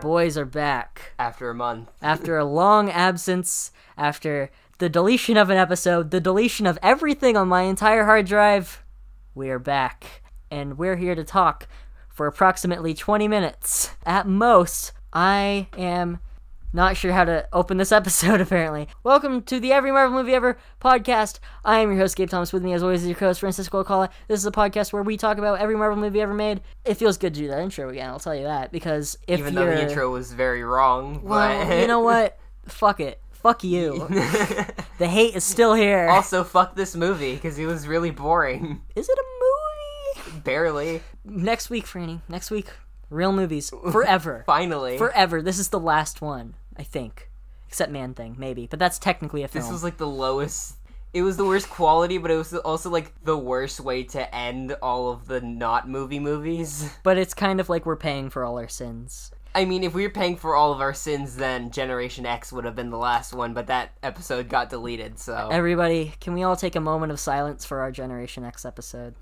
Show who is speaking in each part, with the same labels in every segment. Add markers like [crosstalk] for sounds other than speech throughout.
Speaker 1: boys are back
Speaker 2: after a month.
Speaker 1: after a long absence, after the deletion of an episode, the deletion of everything on my entire hard drive. We are back, and we're here to talk for approximately 20 minutes. At most, I am not sure how to open this [laughs] episode, apparently. Welcome to the Every Marvel Movie Ever podcast. I am your host, Gabe Thomas. With me, as always, is your co host, Francisco Alcala. This is a podcast where we talk about every Marvel movie ever made. It feels good to do that intro again, I'll tell you that, because if
Speaker 2: Even though
Speaker 1: you're...
Speaker 2: the intro was very wrong,
Speaker 1: Well,
Speaker 2: but [laughs]
Speaker 1: you [laughs] know what? Fuck it. Fuck [laughs] you. the hate is still here. Is
Speaker 2: also, fuck this movie because it was really boring. [laughs]
Speaker 1: it a movie?
Speaker 2: Barely.
Speaker 1: Next week, Franny. Next week, real [laughs] movies forever.
Speaker 2: Finally,
Speaker 1: forever. This is the last one, I think. Except Man Thing, maybe. But that's technically a film.
Speaker 2: this was like the lowest. It was the worst quality, but it was also like the worst way to end all of the not movie movies.
Speaker 1: But it's kind of like we're paying for all our sins.
Speaker 2: I mean, if we were paying for all of our sins, then Generation X would have been the last one, but that episode got deleted, so.
Speaker 1: Everybody, can we all take a moment of silence for our Generation X episode?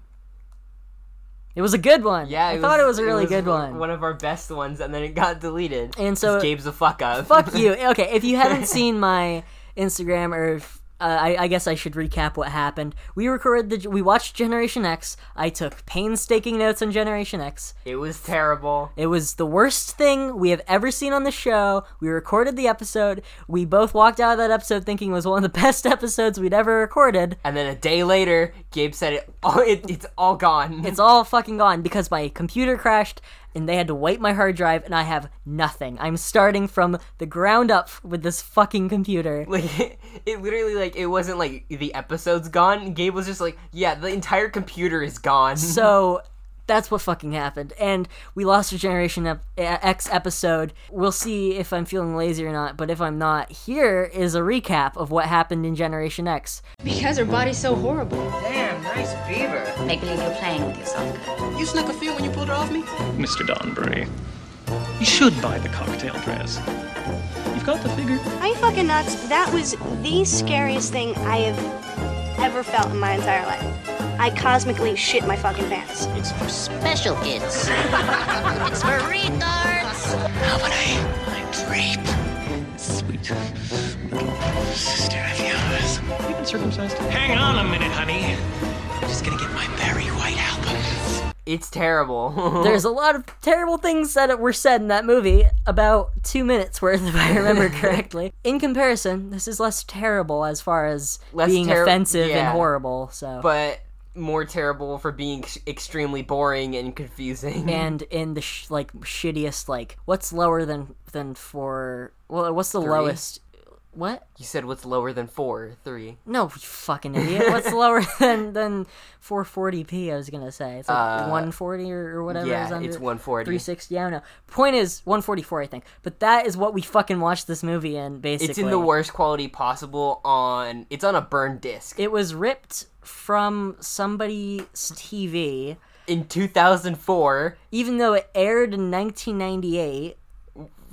Speaker 1: It was a good one.
Speaker 2: yeah,
Speaker 1: I thought it was a really good one.
Speaker 2: One of our best ones, and then it got deleted.
Speaker 1: And so-
Speaker 2: 'Cause Gabe's a fuck up.
Speaker 1: fuck you. Okay, if you haven't seen my Instagram or. If, uh, I, I guess I should recap what happened. We recorded the we watched Generation X. I took painstaking notes on Generation X.
Speaker 2: It was terrible.
Speaker 1: It was the worst thing we have ever seen on the show. We recorded the episode. We both walked out of that episode thinking it was one of the [laughs] best episodes we'd ever recorded.
Speaker 2: And then a day later, Gabe said it. All, it it's all gone.
Speaker 1: It's all fucking gone because my computer crashed and they had to wipe my hard drive and I have nothing. I'm starting from the ground up with this fucking computer.
Speaker 2: [laughs] like it, literally like it wasn't like the episode's gone. Gabe was just like, yeah, the entire computer is
Speaker 1: [laughs]
Speaker 2: gone.
Speaker 1: So that's what fucking happened. And we lost a Generation Ep- X episode. We'll see if I'm feeling lazy or not, but if I'm not, here is a recap of what happened in Generation X.
Speaker 3: Because her body's so horrible.
Speaker 4: Damn, nice beaver.
Speaker 3: Make believe you're playing with yourself.
Speaker 4: You snuck a few when you pulled her off me?
Speaker 5: Mr. Donbury. You should buy the cocktail dress. You've got the figure.
Speaker 6: Are you fucking nuts? That was the scariest thing I have ever felt in my entire life. I cosmically shit my fucking pants.
Speaker 5: It's for sp-
Speaker 7: special kids. it's for retards.
Speaker 5: company. My dream. Sweet little sister of yours. Have you been circumcised? Hang on a minute, honey. I'm just gonna get my Barry White album.
Speaker 2: it's terrible. [laughs]
Speaker 1: There's a lot of terrible things that were said in that movie, about two minutes worth, if I
Speaker 2: [laughs]
Speaker 1: remember correctly. In comparison, this is less terrible as far as
Speaker 2: Less
Speaker 1: being
Speaker 2: terri-
Speaker 1: offensive and
Speaker 2: yeah.
Speaker 1: horrible. So,
Speaker 2: but more terrible for being ex- extremely boring and confusing.
Speaker 1: and in the sh- like shittiest, like what's lower than than for well, what's the lowest? What?
Speaker 2: you said what's lower than four, three.
Speaker 1: No, you fucking idiot.
Speaker 2: [laughs]
Speaker 1: What's lower than than 440p? I was gonna say it's like 140 or, or whatever.
Speaker 2: Uh, yeah,
Speaker 1: is under
Speaker 2: it's
Speaker 1: it.
Speaker 2: 140.
Speaker 1: 360. I don't know. Point is 144, I think. But that is what we fucking watched this movie in. Basically,
Speaker 2: It's in the worst quality possible. On it's on a burned disc
Speaker 1: It was ripped from somebody's TV,
Speaker 2: in 2004.
Speaker 1: even though it aired in 1998.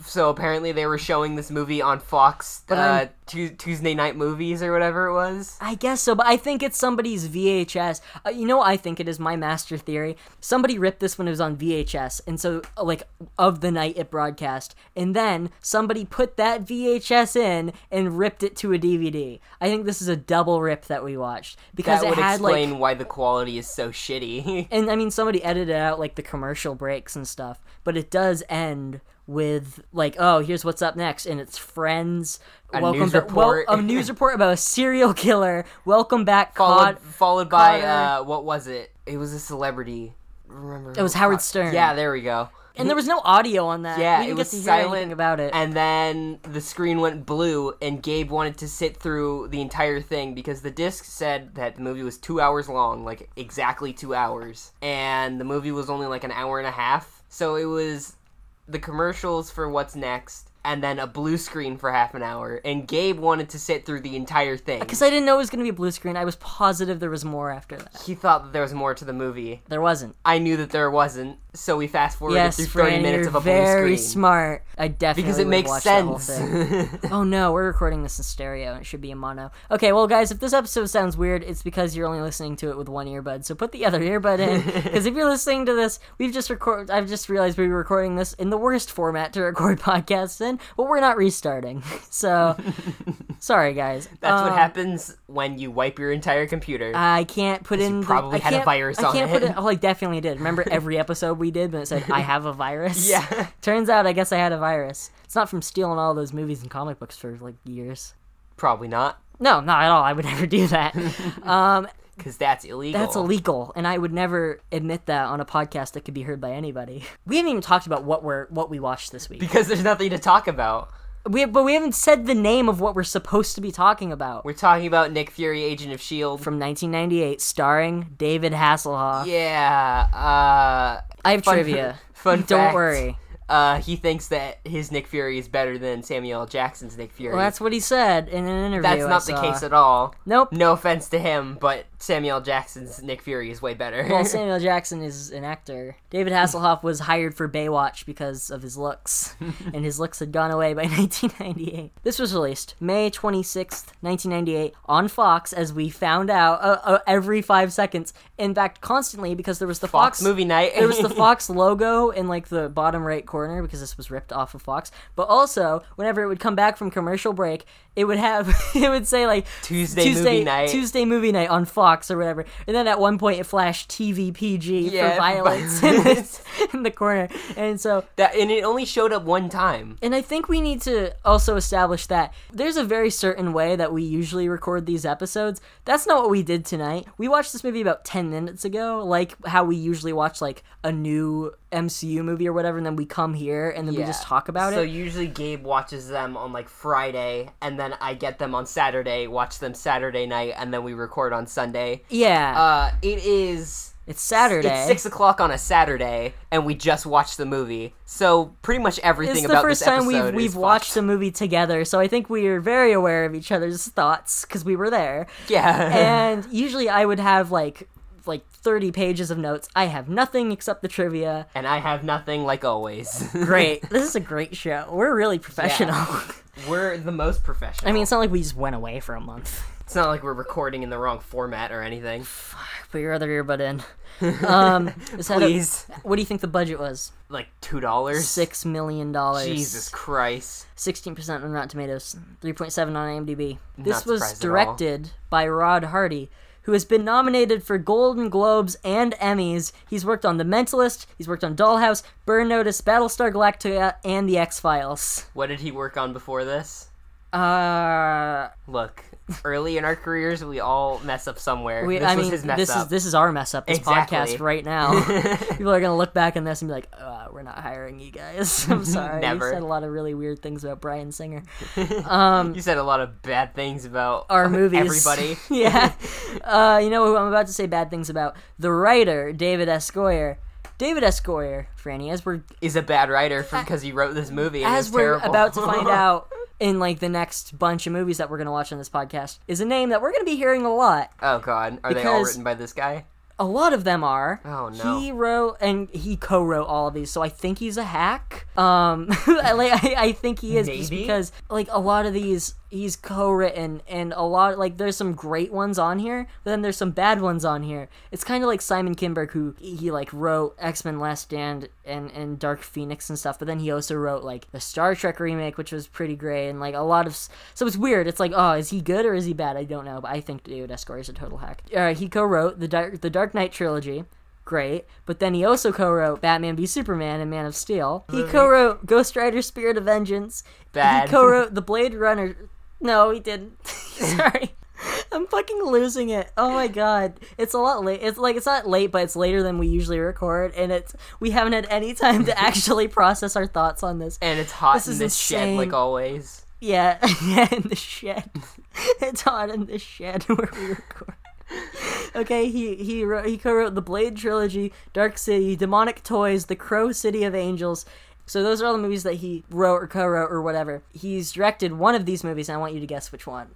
Speaker 2: So apparently they were showing this movie on Fox uh,
Speaker 1: I'm-
Speaker 2: Tu Tuesday night movies or whatever it was.
Speaker 1: I guess so, but I think it's somebody's VHS. Uh, you know, what I think it is my master theory. Somebody ripped this when it was on VHS, and so uh, like of the night it broadcast, and then somebody put that VHS in and ripped it to a DVD. I think this is a double rip that we watched because
Speaker 2: That
Speaker 1: it
Speaker 2: would
Speaker 1: had
Speaker 2: explain
Speaker 1: like.
Speaker 2: why the quality is so shitty. [laughs]
Speaker 1: And I mean, somebody edited out like the commercial breaks and stuff, but it does end with like, oh, here's what's up next, and it's friends.
Speaker 2: A
Speaker 1: welcome
Speaker 2: news
Speaker 1: back. Well,
Speaker 2: report.
Speaker 1: a news report about a serial killer. Welcome back,
Speaker 2: followed
Speaker 1: Cod-
Speaker 2: followed by
Speaker 1: Cotter.
Speaker 2: uh, what was it? It was a celebrity. Remember?
Speaker 1: It was Howard Stern.
Speaker 2: Yeah, there we go.
Speaker 1: and there was no audio on that.
Speaker 2: Yeah,
Speaker 1: we didn't
Speaker 2: it was
Speaker 1: get to hear
Speaker 2: silent
Speaker 1: anything about it.
Speaker 2: And then the screen went blue, and Gabe wanted to sit through the entire thing because the disc said that the movie was two hours long, like exactly two hours, and the movie was only like an hour and a half. So it was the commercials for what's next. And then a blue screen for half an hour, and Gabe wanted to sit through the entire thing
Speaker 1: because I didn't know it was going to be a blue screen, I was positive there was more after that.
Speaker 2: he thought that there was more to the movie.
Speaker 1: There wasn't.
Speaker 2: I knew that there wasn't. So we fast forward
Speaker 1: Yes,
Speaker 2: through 30
Speaker 1: Fran,
Speaker 2: minutes
Speaker 1: you're
Speaker 2: of a blue
Speaker 1: very
Speaker 2: screen.
Speaker 1: smart. I definitely
Speaker 2: because it
Speaker 1: would
Speaker 2: makes
Speaker 1: watch that whole
Speaker 2: sense.
Speaker 1: thing. [laughs] Oh no, we're recording this in stereo and it should be in mono. Okay, well guys, if this episode sounds weird, it's because you're only listening to it with one earbud. So put the other earbud in [laughs] because if you're listening to this, we've just record I've just realized we were recording this in the worst format to record [laughs] podcasts in, but we're not restarting. [laughs] So sorry guys.
Speaker 2: That's
Speaker 1: Um,
Speaker 2: what happens when you wipe your entire computer.
Speaker 1: I can't put in.
Speaker 2: probably
Speaker 1: the, I
Speaker 2: had a
Speaker 1: can't-
Speaker 2: virus
Speaker 1: I
Speaker 2: on
Speaker 1: can't put
Speaker 2: [laughs] it.
Speaker 1: in. Oh, I definitely did. Remember every episode we did when it said I have a virus.
Speaker 2: Yeah.
Speaker 1: [laughs] Turns out, I guess I had a virus. It's not from stealing all those movies and comic books for like years.
Speaker 2: Probably not,
Speaker 1: No, not at all. I would [laughs] never do that. um,
Speaker 2: because that's illegal.
Speaker 1: that's illegal, and I would never admit that on a podcast that could be heard by anybody. We haven't even talked about what we're what we watched this week.
Speaker 2: Because there's nothing to talk about.
Speaker 1: We but we haven't said the name of what we're supposed to be talking about.
Speaker 2: We're talking about Nick Fury, Agent of S.H.I.E.L.D.
Speaker 1: from 1998, starring David Hasselhoff.
Speaker 2: yeah, uh...
Speaker 1: I have
Speaker 2: Fun-
Speaker 1: trivia.
Speaker 2: [laughs] fun
Speaker 1: Don't
Speaker 2: fact.
Speaker 1: worry.
Speaker 2: Uh, he thinks that his Nick Fury is better than Samuel L. Jackson's Nick Fury.
Speaker 1: Well, that's what he said in an interview.
Speaker 2: That's
Speaker 1: I
Speaker 2: not the
Speaker 1: saw.
Speaker 2: case at all.
Speaker 1: Nope.
Speaker 2: No offense to him, but Samuel L. Jackson's Nick Fury is way better. [laughs]
Speaker 1: Well, Samuel Jackson is an actor. David Hasselhoff was hired for Baywatch because of his
Speaker 2: [laughs]
Speaker 1: looks, and his looks had gone away by [laughs] 1998. This was released May 26th, 1998, on Fox, as we found out uh, uh, every five seconds. In fact, constantly, because there was the Fox,
Speaker 2: Fox movie night.
Speaker 1: there
Speaker 2: [laughs]
Speaker 1: was the Fox logo in like the bottom right corner because this was ripped off of Fox. But also, whenever it would come back from commercial break, it would have [laughs] it would say like
Speaker 2: Tuesday movie night.
Speaker 1: Tuesday movie night on Fox or whatever. And then at one point it flashed TV PG
Speaker 2: Yeah, [laughs]
Speaker 1: for violence in, this, [laughs] in the corner. And so
Speaker 2: That, and it only showed up one time.
Speaker 1: and I think we need to also establish that there's a very certain way that we usually record these episodes. That's not what we did tonight. We watched this movie about 10 minutes ago, like how we usually watch like a new MCU movie or whatever and then we come here and then we just talk about
Speaker 2: so
Speaker 1: it.
Speaker 2: usually Gabe watches them on like Friday, and then I get them on Saturday, watch them Saturday night, and then we record on Sunday.
Speaker 1: yeah.
Speaker 2: Uh, it is
Speaker 1: it's Saturday.
Speaker 2: it's six o'clock on a Saturday, and we just watched the movie. So pretty much everything
Speaker 1: It's the
Speaker 2: about
Speaker 1: first
Speaker 2: this
Speaker 1: time
Speaker 2: episode
Speaker 1: we've we've
Speaker 2: is
Speaker 1: watched
Speaker 2: fucked.
Speaker 1: a movie together, so I think we are very aware of each other's thoughts because we were
Speaker 2: [laughs]
Speaker 1: there.
Speaker 2: Yeah,
Speaker 1: and usually I would have like like 30 pages of notes. I have nothing except the trivia.
Speaker 2: and I have nothing like always.
Speaker 1: [laughs] Great. this is a great show. We're really professional.
Speaker 2: We're the most professional.
Speaker 1: I mean, it's not like we just went away for a month.
Speaker 2: it's not like we're recording in the wrong format or anything.
Speaker 1: Put your other earbud in. [laughs] Um, this had a-
Speaker 2: Please.
Speaker 1: what do you think the budget was?
Speaker 2: Like two dollars.
Speaker 1: Six million dollars.
Speaker 2: Jesus Christ.
Speaker 1: Sixteen percent on Rotten Tomatoes. Three point seven on IMDb. This
Speaker 2: Not
Speaker 1: was
Speaker 2: surprised at all.
Speaker 1: directed by Rod Hardy, who has been nominated for Golden Globes and Emmys. He's worked on The Mentalist. He's worked on Dollhouse, Burn Notice, Battlestar Galactica, and The X Files.
Speaker 2: What did he work on before this?
Speaker 1: Uh,
Speaker 2: Look, early in our careers, we all mess up somewhere.
Speaker 1: we,
Speaker 2: this
Speaker 1: I
Speaker 2: was
Speaker 1: mean,
Speaker 2: his mess
Speaker 1: this
Speaker 2: up.
Speaker 1: is this is our mess up. This
Speaker 2: Exactly.
Speaker 1: podcast right
Speaker 2: [laughs]
Speaker 1: now. People are gonna look back on this and be like, uh, "We're not hiring you guys." [laughs] I'm sorry.
Speaker 2: Never.
Speaker 1: You said a lot of really weird things about Brian Singer.
Speaker 2: you said a lot of bad things about
Speaker 1: our movies.
Speaker 2: Oh, Everybody.
Speaker 1: [laughs] yeah. Uh, you know who I'm about to say bad things about? The writer, David S. Goyer. David S. Goyer, Franny, as we're
Speaker 2: Is a bad writer because he wrote this movie. and
Speaker 1: as
Speaker 2: it's
Speaker 1: we're
Speaker 2: terrible.
Speaker 1: about to
Speaker 2: [laughs]
Speaker 1: find out in like the next bunch of movies that we're gonna watch on this podcast, is a name that we're gonna be hearing a lot.
Speaker 2: oh God, are they all
Speaker 1: Because-
Speaker 2: written by this guy?
Speaker 1: A lot of them are.
Speaker 2: Oh, no.
Speaker 1: He wrote and he co-wrote all of these, so I think he's a hack. Um, [laughs] I, like, I, I think he is just
Speaker 2: Maybe?
Speaker 1: because like a lot of these he's co-written and a lot like there's some great ones on here, but then there's some bad ones on here. It's kind of like Simon Kinberg who he like wrote X Men Last Stand and and Dark Phoenix and stuff, but then he also wrote like the Star Trek remake, which was pretty great, and like a lot of s- so it's weird. It's like oh, is he good or is he bad? I don't know, but I think David S. Goyer is a total hack. Uh, he co-wrote the Dark the Dark Knight trilogy great. But then he also co-wrote Batman v Superman and Man of Steel. He co-wrote Ghost Rider: Spirit of Vengeance.
Speaker 2: Bad.
Speaker 1: He co-wrote the Blade Runner. No, he didn't. [laughs] Sorry. I'm fucking losing it. Oh my god. It's a lot late. It's like it's not late, but it's later than we usually record and it's we haven't had any time to [laughs] actually process our thoughts on this.
Speaker 2: [laughs] And it's hot
Speaker 1: This
Speaker 2: in
Speaker 1: is
Speaker 2: this shed,
Speaker 1: insane.
Speaker 2: like always.
Speaker 1: Yeah, [laughs] yeah, in the shed. [laughs] it's hot in the shed [laughs] where we record. Okay, he he wrote, he co-wrote the Blade trilogy, Dark City, Demonic Toys, The Crow City of Angels. So those are all the movies that he wrote or co-wrote or whatever. He's directed one of these movies, and I want you to guess which one.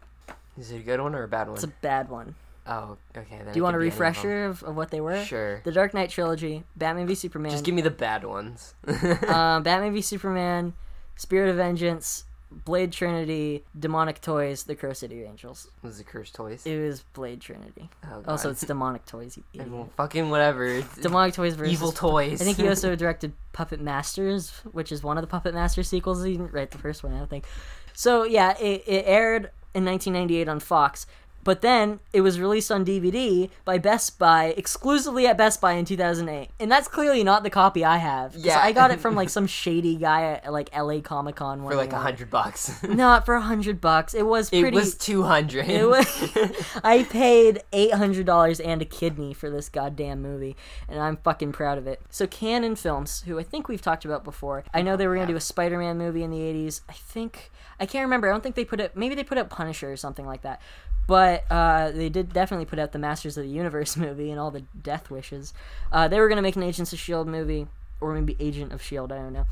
Speaker 2: Is it a good one or a bad one?
Speaker 1: It's a bad one.
Speaker 2: Oh, okay. Then
Speaker 1: Do you want a
Speaker 2: to
Speaker 1: refresher of, of what they were?
Speaker 2: Sure.
Speaker 1: The Dark Knight trilogy, Batman v Superman,
Speaker 2: Just give me the bad ones. [laughs]
Speaker 1: um, Batman v Superman, Spirit of Vengeance, Blade Trinity, Demonic Toys, The Curse City Angels.
Speaker 2: was the cursed toys?
Speaker 1: It was Blade Trinity.
Speaker 2: Oh, God.
Speaker 1: also, it's Demonic Toys. you idiot.
Speaker 2: Well, fucking whatever. It's
Speaker 1: Demonic Toys versus
Speaker 2: evil toys.
Speaker 1: I think he also directed Puppet Masters, which is one of the Puppet Master sequels. He didn't write the first one, I don't think. So yeah, it, it aired in 1998 on Fox, but then it was released on DVD by Best Buy exclusively at Best Buy in 2008, and that's clearly not the copy I have. 'cause
Speaker 2: Yeah.
Speaker 1: I got it from like some shady guy at like LA Comic Con
Speaker 2: [laughs] for like a hundred bucks. [laughs]
Speaker 1: Not for a hundred bucks. It was
Speaker 2: it
Speaker 1: pretty.
Speaker 2: was two
Speaker 1: [laughs]
Speaker 2: hundred.
Speaker 1: It was, I paid eight hundred dollars and a kidney for this goddamn movie, and I'm fucking proud of it. So Canon Films, who I think we've talked about before, I know they were gonna do a Spider-Man movie in the '80s. I think I can't remember. I don't think they put it. Maybe they put out Punisher or something like that. But uh, they did definitely put out the Masters of the Universe [laughs] movie and all the Death Wishes. Uh, they were gonna make an Agents of Shield movie, or maybe Agent of Shield. I don't know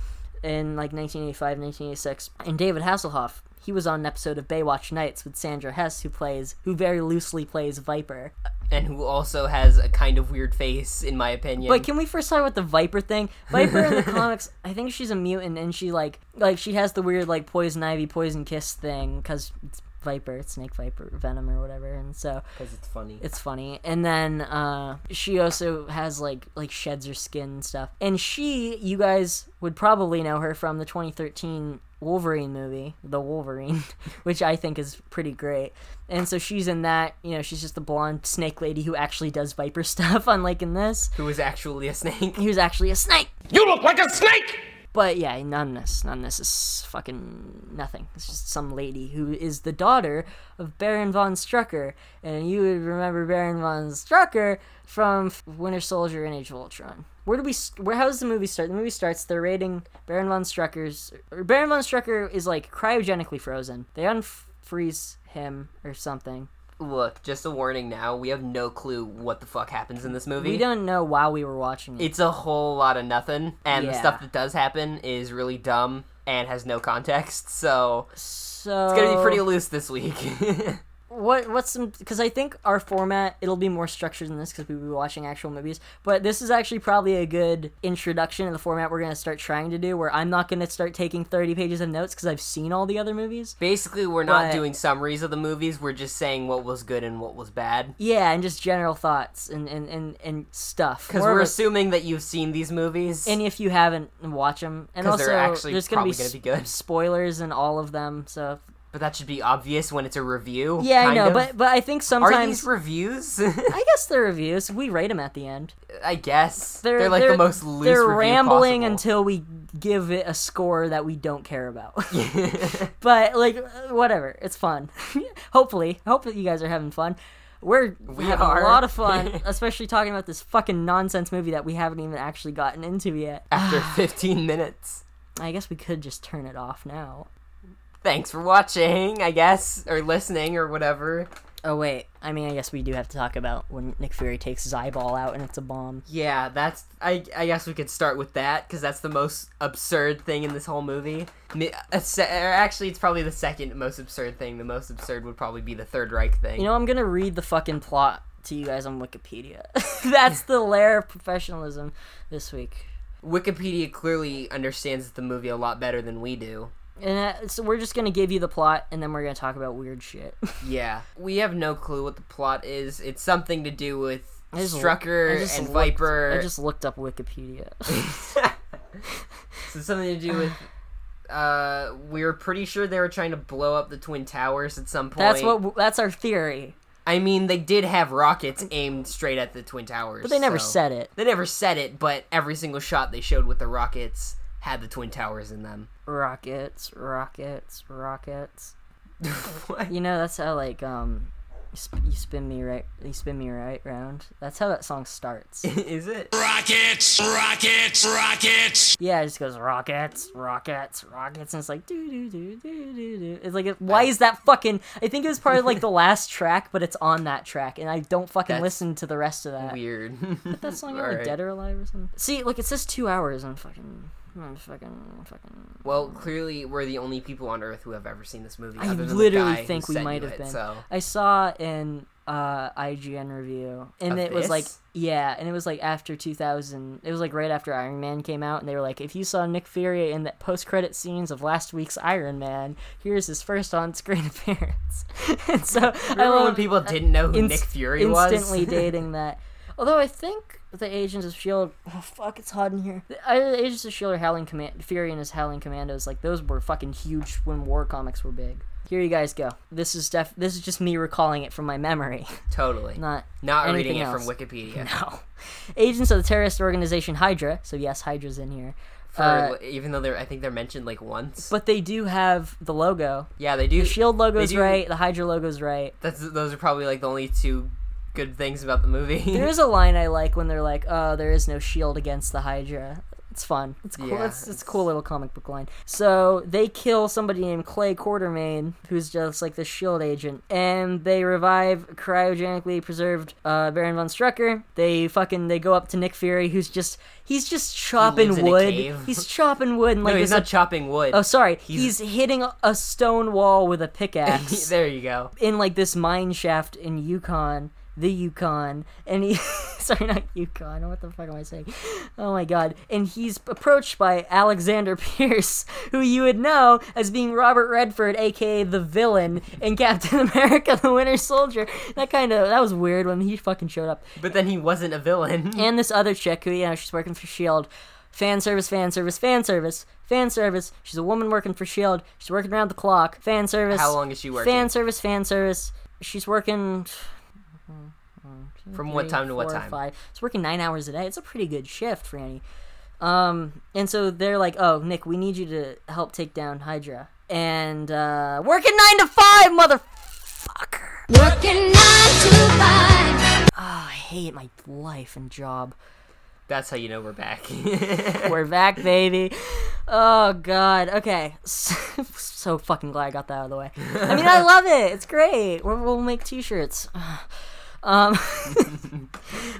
Speaker 1: in like 1985, 1986. And David Hasselhoff, he was on an episode of Baywatch Nights with Sandra Hess, who plays, who very loosely plays Viper.
Speaker 2: [laughs] and who also has a kind of weird face, in my opinion.
Speaker 1: But can we first talk about the Viper thing? Viper in the comics, I think she's a mutant, and she like, like she has the weird like poison ivy, poison kiss thing because it's Viper, it's Snake Viper, Venom or whatever, and so
Speaker 2: because it's funny.
Speaker 1: it's funny and then uh she also has like like sheds her skin and stuff and she you guys would probably know her from the 2013 wolverine movie the wolverine [laughs] which i think is pretty great and so she's in that you know she's just the blonde snake lady who actually does viper [laughs] stuff unlike in this
Speaker 2: who is actually a snake?
Speaker 1: he was actually a snake
Speaker 5: You look like a snake!
Speaker 1: but yeah, none of this, none of this is fucking nothing. It's just some lady who is the daughter of Baron von Strucker, and you would remember Baron von Strucker from Winter Soldier and Age of Ultron. Where do we? s- Where how does the movie start? The movie starts. They're raiding Baron von Strucker's. Or Baron von Strucker is like cryogenically frozen. They unfreeze him or something.
Speaker 2: Look, just a warning now. We have no clue what the fuck happens in this movie.
Speaker 5: Mm.
Speaker 1: We don't know while we were watching it.
Speaker 2: It's a whole lot of nothing, and the
Speaker 1: Yeah.
Speaker 2: stuff that does happen is really dumb and has no context. So
Speaker 1: So
Speaker 2: it's gonna be pretty loose this week. [laughs]
Speaker 1: what what's some because I think our format it'll be more structured than this because we'll be watching actual movies. But this is actually probably a good introduction to the format we're gonna start trying to do, where I'm not gonna start taking 30 pages of notes because I've seen all the other movies.
Speaker 2: Basically, we're not
Speaker 1: But-
Speaker 2: doing summaries of the movies. We're just saying what was good and what was bad.
Speaker 1: Yeah, and just general thoughts and and and, and stuff.
Speaker 2: Because
Speaker 1: More of
Speaker 2: we're
Speaker 1: a-
Speaker 2: assuming that you've seen these movies.
Speaker 1: and if you haven't, watch them. And
Speaker 2: 'Cause
Speaker 1: also,
Speaker 2: they're actually
Speaker 1: there's gonna be,
Speaker 2: probably gonna be
Speaker 1: s-
Speaker 2: good.
Speaker 1: spoilers in all of them.
Speaker 2: [laughs]
Speaker 1: So
Speaker 2: but that should be obvious when it's a review.
Speaker 1: yeah, I
Speaker 2: kind
Speaker 1: know,
Speaker 2: of.
Speaker 1: but but I think
Speaker 2: Are
Speaker 1: sometimes
Speaker 2: these reviews? [laughs]
Speaker 1: I guess they're reviews. We rate them at the end.
Speaker 2: I guess they're, like the most loose.
Speaker 1: They're
Speaker 2: review
Speaker 1: rambling
Speaker 2: possible.
Speaker 1: until we give it a score that we don't care about. [laughs] but like, whatever, it's fun. [laughs] Hopefully, I hope that you guys are having fun. We're we having
Speaker 2: are.
Speaker 1: a lot of [laughs] fun, especially talking about this fucking nonsense movie that we haven't even actually gotten into yet. [sighs]
Speaker 2: after 15 minutes.
Speaker 1: I guess we could just turn it off now.
Speaker 2: Thanks for watching, I guess, or listening, or whatever.
Speaker 1: Oh wait, I mean, I guess we do have to talk about when Nick Fury takes his eyeball out and it's a bomb.
Speaker 2: Yeah, that's. I, I guess we could start with that because that's the most absurd thing in this whole movie. Mi- a se- or Actually, it's probably the second most absurd thing. The most absurd would probably be the Third Reich thing.
Speaker 1: You know, I'm gonna read the fucking plot to you guys on Wikipedia. [laughs] That's the layer of professionalism this week.
Speaker 2: Wikipedia clearly understands the movie a lot better than we do.
Speaker 1: And uh, so we're just gonna give you the plot, and then we're gonna talk about weird shit. [laughs]
Speaker 2: Yeah, we have no clue what the plot is. It's something to do with
Speaker 1: I just- I
Speaker 2: Strucker
Speaker 1: just
Speaker 2: and
Speaker 1: looked-
Speaker 2: Viper.
Speaker 1: I just looked up Wikipedia. [laughs]
Speaker 2: So something to do with. Uh, we were pretty sure they were trying to blow up the twin towers at some point.
Speaker 1: that's what. w- That's our theory,
Speaker 2: I mean. They did have rockets aimed straight at the twin towers,
Speaker 1: but they never
Speaker 2: so-
Speaker 1: said it.
Speaker 2: They never said it, but every single shot they showed with the rockets had the twin towers in them. [laughs]
Speaker 1: Rockets, rockets, rockets.
Speaker 2: What?
Speaker 1: You know, that's how like um, you, sp- you spin me right, you spin me right round. That's how that song starts.
Speaker 2: Is it?
Speaker 5: Rockets! Rockets! Rockets!
Speaker 1: Yeah, it just goes rockets, rockets, rockets, and it's like do do do do do do. It's like why is that fucking? I think it was part of
Speaker 2: [laughs]
Speaker 1: like the last track, but it's on that track, and I don't fucking
Speaker 2: That's
Speaker 1: listen to the rest of that.
Speaker 2: Weird. [laughs]
Speaker 1: That song like
Speaker 2: Alright.
Speaker 1: Dead or Alive or something. See, look, it says two hours on fucking, on fucking, fucking.
Speaker 2: well, clearly we're the only people on Earth who have ever seen this movie.
Speaker 1: I
Speaker 2: other than the guy
Speaker 1: literally
Speaker 2: who
Speaker 1: think we
Speaker 2: sent
Speaker 1: might
Speaker 2: you
Speaker 1: have
Speaker 2: it,
Speaker 1: been.
Speaker 2: So
Speaker 1: I saw in uh, IGN review, and
Speaker 2: Of
Speaker 1: it was like,
Speaker 2: this?
Speaker 1: yeah, and it was like after 2000. It was like right after Iron Man came out, and they were like, if you saw Nick Fury in the post-credit scenes of last week's Iron Man, here's his first on-screen [laughs] appearance. and so I
Speaker 2: Remember when
Speaker 1: love
Speaker 2: people didn't know who
Speaker 1: inst-
Speaker 2: Nick Fury
Speaker 1: instantly
Speaker 2: [laughs] was?
Speaker 1: dating that. Although I think the Agents of Shield, oh fuck, it's hot in here. The I- the Agents of Shield are Howling Command, Fury and his Howling Commandos, like those were fucking huge when war comics were big. Here you guys go. This is def- this is just me recalling it from my memory, [laughs]
Speaker 2: totally. Not,
Speaker 1: not
Speaker 2: reading
Speaker 1: anything
Speaker 2: it
Speaker 1: else.
Speaker 2: from
Speaker 1: [laughs]
Speaker 2: Wikipedia.
Speaker 1: No, agents of the terrorist organization Hydra. So yes, Hydra's in here,
Speaker 2: For,
Speaker 1: Uh,
Speaker 2: even though they're, I think they're mentioned like once.
Speaker 1: but they do have the logo.
Speaker 2: yeah, they do.
Speaker 1: The Shield E logo's
Speaker 2: do-
Speaker 1: right. The Hydra logo's right.
Speaker 2: That's those are probably like the only two good things about the movie.
Speaker 1: There is a line I like when they're like, "Oh, there is no shield against the Hydra." It's fun. It's cool.
Speaker 2: Yeah,
Speaker 1: it's, it's,
Speaker 2: it's-
Speaker 1: a cool little comic book line. So they kill somebody named Clay Quartermain, who's just like the shield agent, and they revive cryogenically preserved uh, Baron von Strucker. They fucking they go up to Nick Fury, who's just he's just chopping
Speaker 2: lives in a
Speaker 1: wood.
Speaker 2: cave.
Speaker 1: He's chopping wood and like
Speaker 2: [laughs] [laughs] no, he's
Speaker 1: there's a-
Speaker 2: not chopping wood.
Speaker 1: Oh, sorry. He's,
Speaker 2: He's-
Speaker 1: hitting a- a stone wall
Speaker 2: [laughs]
Speaker 1: with a pickaxe
Speaker 2: there you go.
Speaker 1: in like this mine shaft in Yukon, the Yukon, and he [laughs] sorry not Yukon, what the fuck am I saying? Oh my god. And he's approached by Alexander [laughs] Pierce, who you would know as being Robert Redford, aka the villain in Captain [laughs] America the Winter Soldier. That kind of that was weird when he fucking showed up.
Speaker 2: But then he wasn't a villain.
Speaker 1: [laughs] And this other chick who, you know, she's working for Shield. E Fan service, fan service, fan service, fan service. She's a woman working for Shield. E She's working around the clock. Fan service.
Speaker 2: How long is she working?
Speaker 1: Fan service, fan service. She's working
Speaker 2: From what
Speaker 1: three,
Speaker 2: time to what
Speaker 1: four,
Speaker 2: time?
Speaker 1: Five. She's working nine hours a day. It's a pretty good shift, Franny. Um, and so they're like, "Oh, Nick, we need you to help take down Hydra." And uh, working nine to five, motherfucker. Ah,
Speaker 7: Working nine to five.
Speaker 1: I hate my life and job.
Speaker 2: That's how you know we're back. [laughs]
Speaker 1: We're back, baby. Oh God. Okay. [laughs] So, fucking glad I got that out of the way. I mean, I love it. It's great. We're, we'll make T-shirts. [sighs] Um, [laughs]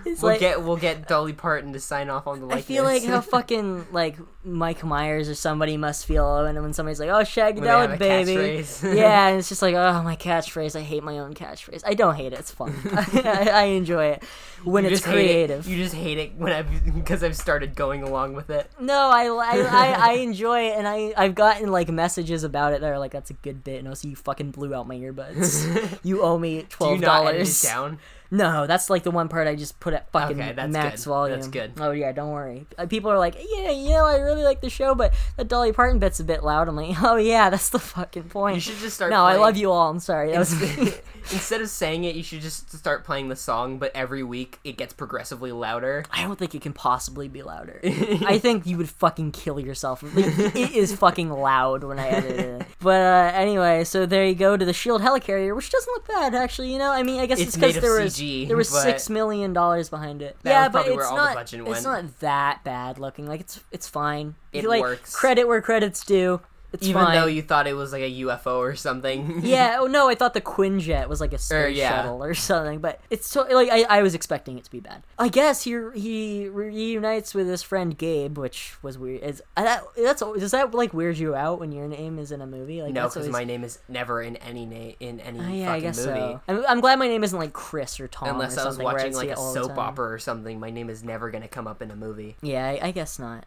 Speaker 1: it's
Speaker 2: we'll
Speaker 1: like
Speaker 2: get we'll get Dolly Parton to sign off on the
Speaker 1: I
Speaker 2: likeness.
Speaker 1: feel like
Speaker 2: [laughs]
Speaker 1: how fucking like Mike Myers or somebody must feel when when somebody's like, "Oh,
Speaker 2: When they have
Speaker 1: Shagadelic,
Speaker 2: a
Speaker 1: baby."
Speaker 2: catchphrase. [laughs]
Speaker 1: yeah, and it's just like, "Oh, my catchphrase. I hate my own catchphrase. I don't hate it. It's fun. [laughs] I, I enjoy it when
Speaker 2: You
Speaker 1: it's
Speaker 2: just hate it-
Speaker 1: creative."
Speaker 2: You just hate it when I've [laughs] because I've started going along with it. [laughs]
Speaker 1: No, I, I, I, I enjoy it, and I, I've gotten like messages about it that are like, that's a good bit, and also you fucking blew out my
Speaker 2: [laughs]
Speaker 1: earbuds. you owe me
Speaker 2: Do you
Speaker 1: twelve
Speaker 2: not edit
Speaker 1: dollars.
Speaker 2: it down?
Speaker 1: No, that's like the one part I just put at fucking
Speaker 2: Okay, that's
Speaker 1: max
Speaker 2: good.
Speaker 1: volume.
Speaker 2: That's good.
Speaker 1: Oh yeah, don't worry. Uh, People are like, yeah, you know, I really like the show, but that Dolly Parton bit's a bit loud. I'm like, [laughs] oh yeah, that's the fucking point.
Speaker 2: You should just
Speaker 1: [laughs]
Speaker 2: start.
Speaker 1: no, I
Speaker 2: playing-
Speaker 1: love you all. I'm sorry. That was
Speaker 2: [laughs]
Speaker 1: [laughs]
Speaker 2: Instead of saying it, you should just start playing the song, but every week it gets progressively louder. [laughs]
Speaker 1: I don't think it can possibly be louder. [laughs] I think you would fucking kill yourself. Like, it is fucking loud when I edit it. But uh, anyway, so there you go to the Shield E helicarrier, which doesn't look bad actually. You know, I mean, I guess it's
Speaker 2: It's made
Speaker 1: because
Speaker 2: of
Speaker 1: there was
Speaker 2: CG,
Speaker 1: there was
Speaker 2: but-
Speaker 1: six million dollars behind it.
Speaker 2: That
Speaker 1: yeah,
Speaker 2: was
Speaker 1: but
Speaker 2: probably
Speaker 1: it's
Speaker 2: where all the
Speaker 1: not
Speaker 2: budget
Speaker 1: it's
Speaker 2: went.
Speaker 1: not that bad looking. Like it's it's fine.
Speaker 2: It
Speaker 1: like,
Speaker 2: works.
Speaker 1: Credit where credits due. It's
Speaker 2: Even
Speaker 1: fine.
Speaker 2: though you thought it was like a UFO or something. [laughs]
Speaker 1: yeah. Oh no, I thought the Quinjet was like a space
Speaker 2: Er, yeah.
Speaker 1: shuttle or something, but it's so like I, I was expecting it to be bad. I guess he he reunites with his friend Gabe, which was weird. Is uh, that that's al- does that like weird you out when your name is in a movie? Like
Speaker 2: No,
Speaker 1: that's
Speaker 2: because
Speaker 1: always-
Speaker 2: my name is never in any na- in any
Speaker 1: Oh,
Speaker 2: fucking
Speaker 1: yeah, I guess
Speaker 2: movie.
Speaker 1: so. I'm, I'm glad my name isn't like Chris or Tom.
Speaker 2: Unless
Speaker 1: or
Speaker 2: I was
Speaker 1: something, where
Speaker 2: watching
Speaker 1: see
Speaker 2: like
Speaker 1: it
Speaker 2: a
Speaker 1: all the
Speaker 2: soap
Speaker 1: time.
Speaker 2: opera or something, my name is never gonna come up in
Speaker 1: [laughs]
Speaker 2: a movie. [laughs]
Speaker 1: Yeah, I, I guess not.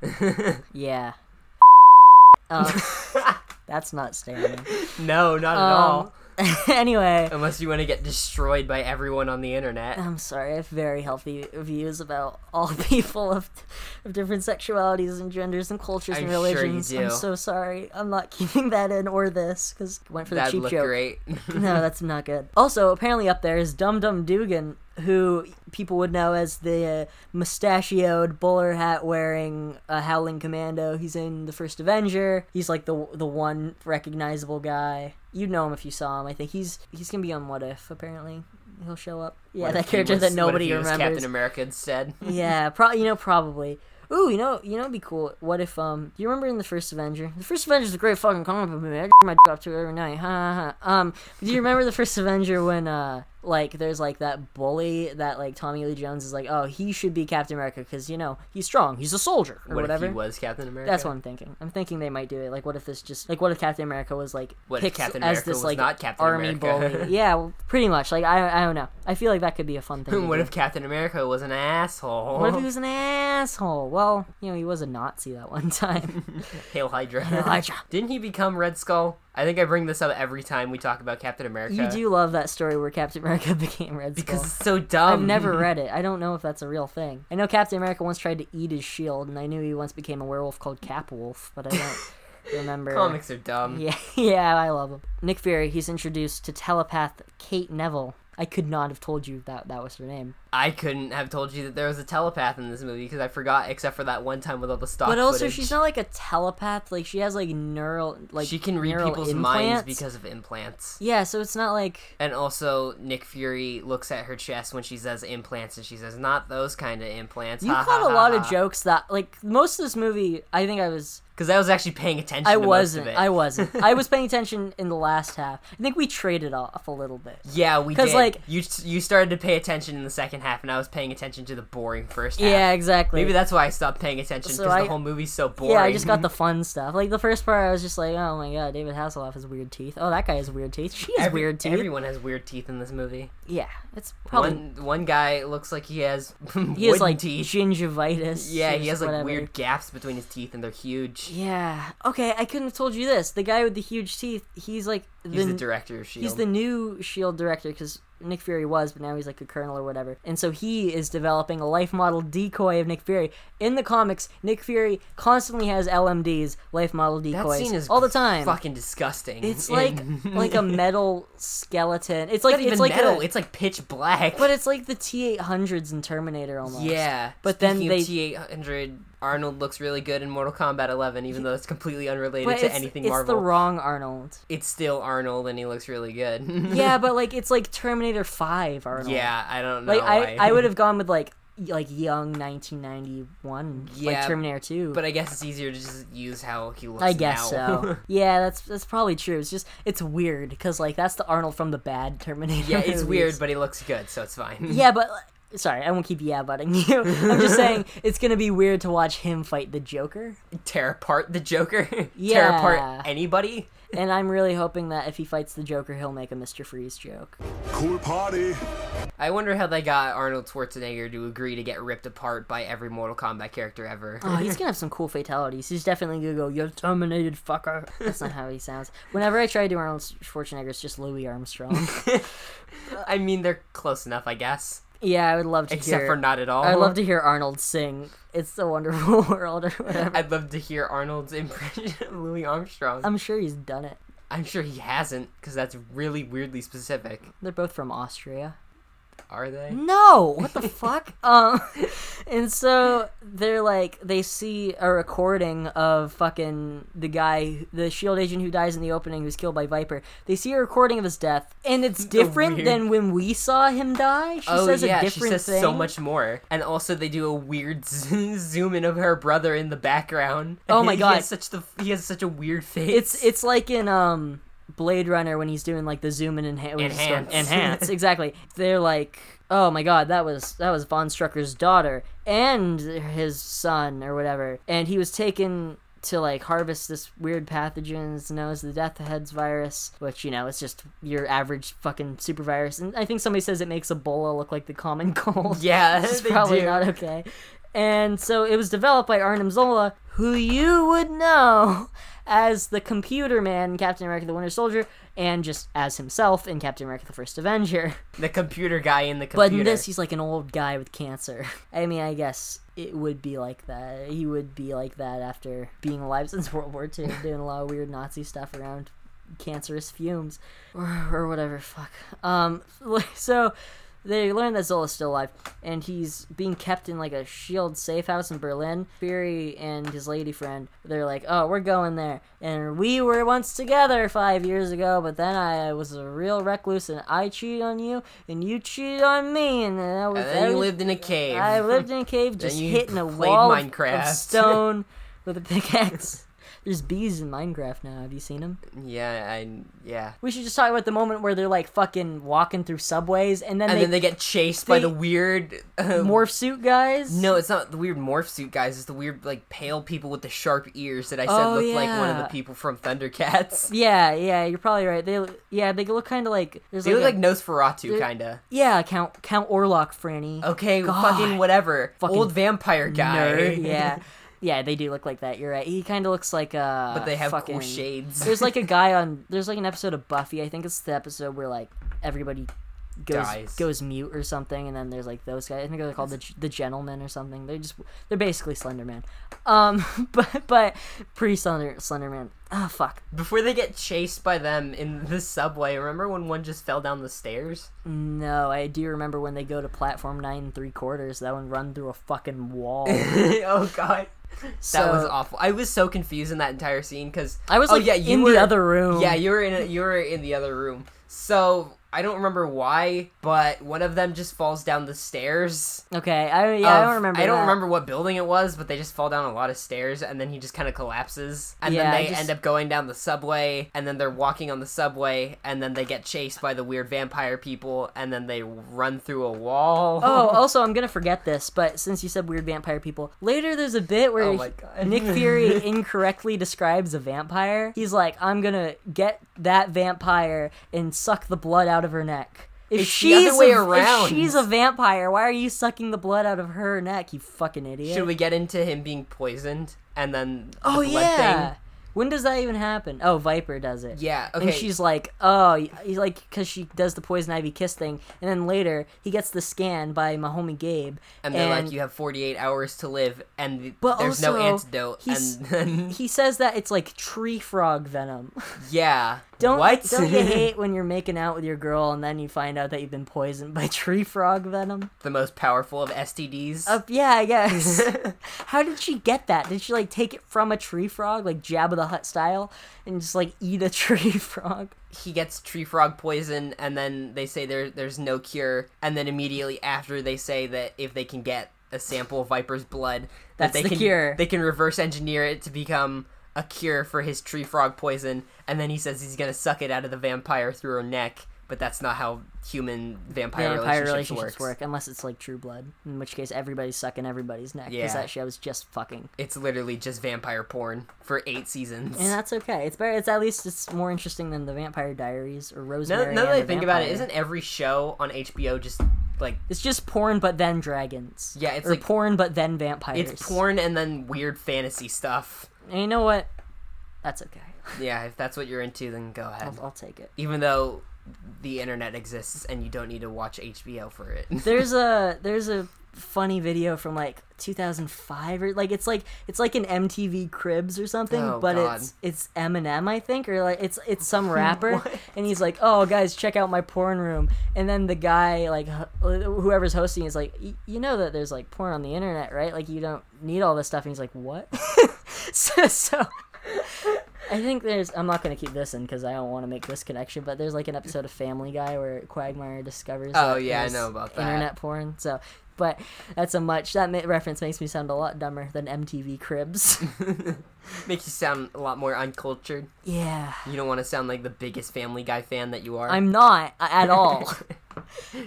Speaker 1: yeah.
Speaker 2: [laughs]
Speaker 1: Um, [laughs] that's not standing. [laughs]
Speaker 2: No, not at
Speaker 1: Um,
Speaker 2: all.
Speaker 1: anyway,
Speaker 2: Unless you want to get destroyed by everyone on the internet.
Speaker 1: I'm sorry, I have very healthy views about all [laughs] people of, of different sexualities and genders and cultures and
Speaker 2: I'm sure you
Speaker 1: religions. I'm
Speaker 2: do.
Speaker 1: so sorry. I'm not [laughs] keeping that in or this because went for [laughs] the
Speaker 2: That'd
Speaker 1: cheap
Speaker 2: look
Speaker 1: joke. [laughs]
Speaker 2: great.
Speaker 1: No, that's not good. Also, apparently up there is Dum Dum Dugan, who people would know as the uh, mustachioed bowler hat wearing uh, Howling Commando. He's in the first Avenger. He's like the the one recognizable guy. You'd know him if you saw him. I think he's he's gonna be on What If. Apparently, he'll show up. Yeah,
Speaker 2: What [laughs] if
Speaker 1: that
Speaker 2: he
Speaker 1: character
Speaker 2: was-
Speaker 1: that nobody
Speaker 2: what if he was
Speaker 1: remembers.
Speaker 2: Captain America
Speaker 1: [laughs]
Speaker 2: instead.
Speaker 1: yeah, pro- you know probably. Ooh, you know, you know, it'd be cool. What if, um, do you remember in the first Avenger? The first Avenger is a great fucking comic book movie. I get my dick up to it every night. Ha ha ha. Um, do you remember the first Avenger when, uh, like there's like that bully that like Tommy Lee Jones is like, oh, he should be Captain America because you know he's strong, he's a soldier or
Speaker 2: what
Speaker 1: whatever.
Speaker 2: if he was Captain America?
Speaker 1: That's what I'm thinking. I'm thinking they might do it. Like, what if this just like what if Captain America was like
Speaker 2: What if
Speaker 1: picked
Speaker 2: Captain
Speaker 1: as
Speaker 2: America
Speaker 1: this
Speaker 2: was
Speaker 1: like
Speaker 2: not Captain
Speaker 1: army
Speaker 2: America? [laughs]
Speaker 1: bully? yeah, well, pretty much. Like I I don't know. I feel like that could be a fun thing. to
Speaker 2: [laughs] what
Speaker 1: do.
Speaker 2: if Captain America was an asshole?
Speaker 1: What if he was an asshole? Well, you know, he was a Nazi that one [laughs]
Speaker 2: [laughs]
Speaker 1: time.
Speaker 2: [laughs] Hail Hydra?
Speaker 1: Hydra.
Speaker 2: [laughs] Didn't he become Red Skull? I think I bring this up every time we talk about Captain America.
Speaker 1: you do love that story where Captain America [laughs] became Red Skull.
Speaker 2: because it's so dumb.
Speaker 1: I've never read it. I don't know if that's a real thing. I know Captain America once tried to eat his shield, and I knew he once became a werewolf called Cap Wolf, but I
Speaker 2: [laughs]
Speaker 1: don't remember.
Speaker 2: [laughs] Comics are dumb.
Speaker 1: Yeah, [laughs] yeah, I love him. Nick Fury. He's introduced to telepath Kate Neville. I could not have told you that that was her name.
Speaker 2: I couldn't have told you that there was a telepath in this movie because I forgot, except for that one time with all the stock.
Speaker 1: But also,
Speaker 2: footage.
Speaker 1: she's not like a telepath. Like she has like neural, like
Speaker 2: she can read
Speaker 1: neural
Speaker 2: people's minds
Speaker 1: implants.
Speaker 2: because of implants.
Speaker 1: yeah. So it's not like
Speaker 2: And also, Nick Fury looks at her chest when she says implants, and she says, "Not those kind of implants."
Speaker 1: You caught a lot of jokes that like most of this movie. I think I was
Speaker 2: because I was actually paying attention.
Speaker 1: I
Speaker 2: to most of
Speaker 1: wasn't.
Speaker 2: it.
Speaker 1: I
Speaker 2: [laughs]
Speaker 1: wasn't. I was paying attention in the last half. I think we traded off a little bit.
Speaker 2: Yeah, we
Speaker 1: 'Cause,
Speaker 2: did.
Speaker 1: like-
Speaker 2: you you started to pay attention in the second half, and I was paying attention to the boring first half.
Speaker 1: Yeah, exactly.
Speaker 2: Maybe that's why I stopped paying attention
Speaker 1: So
Speaker 2: because
Speaker 1: I-
Speaker 2: the whole movie's so boring.
Speaker 1: Yeah, I
Speaker 2: [laughs]
Speaker 1: just got the fun stuff. Like the first part, I was just like, "Oh my god, David Hasselhoff has weird teeth. Oh, that guy has weird teeth. She has
Speaker 2: Every-
Speaker 1: weird teeth.
Speaker 2: Everyone has weird teeth in this movie.
Speaker 1: Yeah, it's probably
Speaker 2: One one guy looks like he has [laughs]
Speaker 1: he has
Speaker 2: wooden
Speaker 1: like
Speaker 2: teeth.
Speaker 1: gingivitis.
Speaker 2: Yeah,
Speaker 1: or
Speaker 2: he has like
Speaker 1: whatever.
Speaker 2: weird gaps between his teeth, and they're huge.
Speaker 1: Yeah. Okay, I couldn't have told you this. The guy with the huge teeth. He's like the,
Speaker 2: He's the director of Shield.
Speaker 1: He's the new Shield E director because Nick Fury was, but now he's like a colonel or whatever. And so he is developing a life model decoy of Nick Fury. In the comics, Nick Fury constantly has LMDs, life model
Speaker 2: that
Speaker 1: decoys,
Speaker 2: scene is
Speaker 1: all the time.
Speaker 2: Fucking disgusting.
Speaker 1: It's like
Speaker 2: And-
Speaker 1: like a metal skeleton. It's
Speaker 2: It's
Speaker 1: like
Speaker 2: not even
Speaker 1: it's like a-
Speaker 2: metal. it's like pitch black. [laughs]
Speaker 1: but it's like the T eight hundreds in Terminator almost.
Speaker 2: yeah.
Speaker 1: But then
Speaker 2: Speaking
Speaker 1: they-
Speaker 2: of T eight hundred. Arnold looks really good in Mortal Kombat 11, even though it's completely unrelated
Speaker 1: but
Speaker 2: to
Speaker 1: it's,
Speaker 2: anything
Speaker 1: it's
Speaker 2: Marvel.
Speaker 1: the wrong
Speaker 2: [laughs]
Speaker 1: Arnold.
Speaker 2: it's still Arnold, and he looks really good. [laughs]
Speaker 1: Yeah, but like it's like Terminator Five Arnold.
Speaker 2: yeah. Oh, I don't know.
Speaker 1: like I,
Speaker 2: why.
Speaker 1: I would have gone with like y- like young 1991 like
Speaker 2: Yeah,
Speaker 1: Terminator 2
Speaker 2: [laughs] But I guess it's easier to just use how he looks.
Speaker 1: I guess
Speaker 2: now.
Speaker 1: so. Yeah, that's that's probably true. It's just it's weird because like that's the Arnold from the bad Terminator.
Speaker 2: [laughs]
Speaker 1: [laughs]
Speaker 2: yeah, it's
Speaker 1: movies.
Speaker 2: weird, but he looks good, so it's fine.
Speaker 1: yeah, but sorry, I won't keep yeah butting
Speaker 2: [laughs]
Speaker 1: you. I'm just saying it's gonna be weird to watch him fight the Joker,
Speaker 2: Tear apart the Joker. [laughs] Tear
Speaker 1: Yeah.
Speaker 2: apart anybody.
Speaker 1: and I'm really hoping that if he fights the Joker, he'll make a Mr. Freeze joke.
Speaker 8: Cool party.
Speaker 2: I wonder how they got Arnold Schwarzenegger to agree to get ripped apart by every Mortal Kombat character ever.
Speaker 1: Oh, he's gonna have some cool fatalities. He's definitely gonna go, "You're terminated, fucker." That's not how he sounds. Whenever I try to do Arnold Schwarzenegger, it's just Louis Armstrong. [laughs]
Speaker 2: I mean, they're close enough, I guess.
Speaker 1: yeah, I would love to
Speaker 2: Except
Speaker 1: hear.
Speaker 2: for not at all.
Speaker 1: I'd love to hear Arnold sing "It's a Wonderful [laughs] World" or
Speaker 2: [laughs]
Speaker 1: whatever.
Speaker 2: [laughs] I'd love to hear Arnold's [laughs] impression of Louis Armstrong.
Speaker 1: I'm sure he's done it.
Speaker 2: I'm sure he hasn't, because that's really weirdly specific.
Speaker 1: They're both from Austria.
Speaker 2: Are they?
Speaker 1: Mm, No, what [laughs] the fuck? Um, and so they're like, they see a recording of fucking the guy, the shield E agent who dies in the opening, who's killed by Viper. They see a recording of his death, and it's different
Speaker 2: weird-
Speaker 1: than when we saw him die. She
Speaker 2: oh
Speaker 1: says
Speaker 2: yeah,
Speaker 1: a different
Speaker 2: she says
Speaker 1: thing.
Speaker 2: so much more. And also, they do a weird [laughs] zoom in of her brother in the background.
Speaker 1: Oh my
Speaker 2: [laughs] He
Speaker 1: God.
Speaker 2: has such the he has such a weird face.
Speaker 1: It's it's like in um Blade Runner when he's doing like the zoom in and enhance,
Speaker 2: Enhance.
Speaker 1: enhance. [laughs] exactly. They're like, oh my god, that was that was Von Strucker's daughter and his son or whatever, and he was taken to like harvest this weird pathogen it's known as the death heads virus which you know it's just your average fucking super virus and i think somebody says it makes ebola look like the common [laughs] cold
Speaker 2: yeah, [laughs]
Speaker 1: it's
Speaker 2: they
Speaker 1: probably
Speaker 2: do.
Speaker 1: not okay. And so it was developed by Arnim Zola, who you would know [laughs] as the computer man in Captain America the Winter Soldier, and just as himself in Captain America the First Avenger. [laughs]
Speaker 2: the computer guy in the
Speaker 1: But
Speaker 2: computer.
Speaker 1: in this, he's like an old guy with cancer. [laughs] I mean, I guess it would be like that. He would be like that after being alive [laughs] since World War II, doing a lot of weird Nazi stuff around cancerous fumes or, or whatever. Fuck. Um. [laughs] So they learn that Zola's still alive, and he's being kept in like a shield safe house in Berlin. Fury and his lady friend, they're like, "Oh, we're going there." And we were once together five years ago, but then I was a real recluse, and I cheated on you, and you cheated on me, and that was.
Speaker 2: and then he
Speaker 1: every-
Speaker 2: lived in a cave. [laughs]
Speaker 1: I lived in a cave, just
Speaker 2: you
Speaker 1: hitting a
Speaker 2: played
Speaker 1: wall of-
Speaker 2: [laughs] Minecraft.
Speaker 1: of stone with a pickaxe. There's bees in Minecraft now. Have you seen them?
Speaker 2: Yeah, I yeah.
Speaker 1: We should just talk about the moment where they're like fucking walking through subways and then
Speaker 2: And
Speaker 1: they,
Speaker 2: then they get chased by
Speaker 1: they-
Speaker 2: the weird uh,
Speaker 1: morph suit guys.
Speaker 2: No, it's not the weird morph suit guys. It's the weird like pale people with the sharp ears that I said
Speaker 1: Oh,
Speaker 2: looked like one of
Speaker 1: yeah.
Speaker 2: the people
Speaker 1: [laughs]
Speaker 2: from Thundercats.
Speaker 1: Yeah, yeah, you're probably right. They yeah, they look kind of like there's
Speaker 2: They look
Speaker 1: a-
Speaker 2: like Nosferatu,
Speaker 1: They're-
Speaker 2: kinda.
Speaker 1: yeah, Count Count Orlok, Franny.
Speaker 2: Okay,
Speaker 1: God.
Speaker 2: fucking whatever.
Speaker 1: Fucking
Speaker 2: Old vampire guy.
Speaker 1: nerd.
Speaker 2: [laughs]
Speaker 1: Yeah, yeah, they do look like that. You're right. He kind of looks like uh.
Speaker 2: but they have
Speaker 1: fucking-
Speaker 2: cool shades.
Speaker 1: There's like a guy on. There's like an episode of Buffy. I think it's the episode where like everybody goes
Speaker 2: Dies.
Speaker 1: goes mute or something, and then there's like those guys. I think they're called the the gentlemen or something. They're just they're basically Slenderman. Um, [laughs] but but pre Slender Slenderman. Ah, fuck.
Speaker 2: Before they get chased by them in the subway, remember when one just fell down the stairs?
Speaker 1: No, I do remember when they go to platform nine and three quarters. That one run through a fucking wall.
Speaker 2: [laughs] oh god. that was
Speaker 1: So-
Speaker 2: awful. I was so confused in that entire scene because
Speaker 1: I was
Speaker 2: oh,
Speaker 1: like
Speaker 2: yeah, you
Speaker 1: in
Speaker 2: were,
Speaker 1: the other room.
Speaker 2: Yeah, you were in a, you were in the other room. So I don't remember why, but one of them just falls down the stairs.
Speaker 1: Okay. I yeah, I
Speaker 2: of-
Speaker 1: don't remember.
Speaker 2: Um, I don't
Speaker 1: that.
Speaker 2: remember what building it was, but they just fall down a lot of stairs, and then he just kind of collapses, and
Speaker 1: Yeah, I
Speaker 2: then they
Speaker 1: just-
Speaker 2: end up going down the subway, and then they're walking on the subway, and then they get chased by the weird vampire people, and then they run through a wall. [laughs]
Speaker 1: Oh, also, I'm gonna forget this, but since you said weird vampire people, later there's a bit where
Speaker 2: Oh
Speaker 1: [laughs]
Speaker 2: my God.
Speaker 1: Nick
Speaker 2: [laughs]
Speaker 1: Fury incorrectly describes a vampire. He's like, "I'm gonna get that vampire and suck the blood out of her neck." If
Speaker 2: It's the
Speaker 1: she's
Speaker 2: other way
Speaker 1: a,
Speaker 2: around.
Speaker 1: If she's a vampire, why are you sucking the blood out of her neck? You fucking idiot!
Speaker 2: Should we get into him being poisoned, and then the
Speaker 1: oh
Speaker 2: blood
Speaker 1: yeah.
Speaker 2: thing?
Speaker 1: When does that even happen? Oh, Viper does it.
Speaker 2: Yeah, okay.
Speaker 1: And she's like, oh, y- he's like, because she does the poison ivy kiss thing, and then later he gets the scan by my homie Gabe,
Speaker 2: and they're like, you have 48 hours to live, and th-
Speaker 1: But
Speaker 2: there's no
Speaker 1: also,
Speaker 2: antidote.
Speaker 1: he's-
Speaker 2: And [laughs] then,
Speaker 1: He says that it's like tree frog venom. [laughs]
Speaker 2: yeah.
Speaker 1: Don't
Speaker 2: what?
Speaker 1: don't [laughs] you hate when you're making out with your girl and then you find out that you've been poisoned by [laughs] tree frog venom?
Speaker 2: [laughs] the most powerful of STDs?
Speaker 1: Uh, yeah, I guess. [laughs] How did she get that? Did she like take it from a tree frog, like Jabba the Hutt style, and just like [laughs] eat a tree [laughs] frog?
Speaker 2: he gets tree frog poison and then they say there there's no cure and then immediately after they say that if they can get a sample of viper's blood
Speaker 1: That's
Speaker 2: that they
Speaker 1: the
Speaker 2: can
Speaker 1: cure.
Speaker 2: they can reverse engineer it to become a cure for his tree frog poison and then he says he's going to suck it out of the vampire through her neck but that's not how human vampire,
Speaker 1: Vampire
Speaker 2: relationships,
Speaker 1: relationships
Speaker 2: works.
Speaker 1: work, unless it's like True Blood, in which case everybody's sucking everybody's neck because
Speaker 2: Yeah.
Speaker 1: that show was just fucking.
Speaker 2: It's literally just vampire porn for 8 seasons.
Speaker 1: And that's okay. It's better. It's at least it's more interesting than the Vampire Diaries or
Speaker 2: Now,
Speaker 1: Rosemary.
Speaker 2: now that
Speaker 1: and
Speaker 2: I
Speaker 1: the
Speaker 2: think about it,
Speaker 1: Vampire.
Speaker 2: isn't every show on HBO just like
Speaker 1: It's just porn, but then dragons.
Speaker 2: Yeah, it's
Speaker 1: or
Speaker 2: like-
Speaker 1: porn, but then vampires.
Speaker 2: it's porn and then weird fantasy stuff?
Speaker 1: And you know what? That's okay.
Speaker 2: Yeah, if that's what you're into, then go ahead.
Speaker 1: I'll, I'll take
Speaker 2: [laughs]
Speaker 1: it.
Speaker 2: Even though the internet exists and you don't need to watch HBO for it. [laughs]
Speaker 1: There's a there's a funny video from like 2005 or like it's like it's like an MTV Cribs or something,
Speaker 2: Oh,
Speaker 1: but
Speaker 2: God.
Speaker 1: it's it's Eminem I think or like it's it's
Speaker 2: [laughs]
Speaker 1: some rapper and he's like, "Oh guys, check out my porn room." And then the guy like h- whoever's hosting is like, "Y- "You know that there's like porn on the internet, right? Like you don't need all this stuff." And he's like, "What?"
Speaker 2: [laughs]
Speaker 1: so, so I think there's. I'm not gonna keep this in because I don't want to make this connection. But there's like an episode of Family Guy where Quagmire discovers.
Speaker 2: Oh,
Speaker 1: that
Speaker 2: yeah, I
Speaker 1: there's
Speaker 2: know about that.
Speaker 1: Internet porn. So, but that's a much that ma- reference makes me sound a lot dumber than MTV
Speaker 2: [laughs]
Speaker 1: Cribs.
Speaker 2: Makes you sound a lot more uncultured.
Speaker 1: yeah,
Speaker 2: You don't want to sound like the biggest Family Guy fan that you are.
Speaker 1: I'm not a- at
Speaker 2: [laughs]
Speaker 1: all.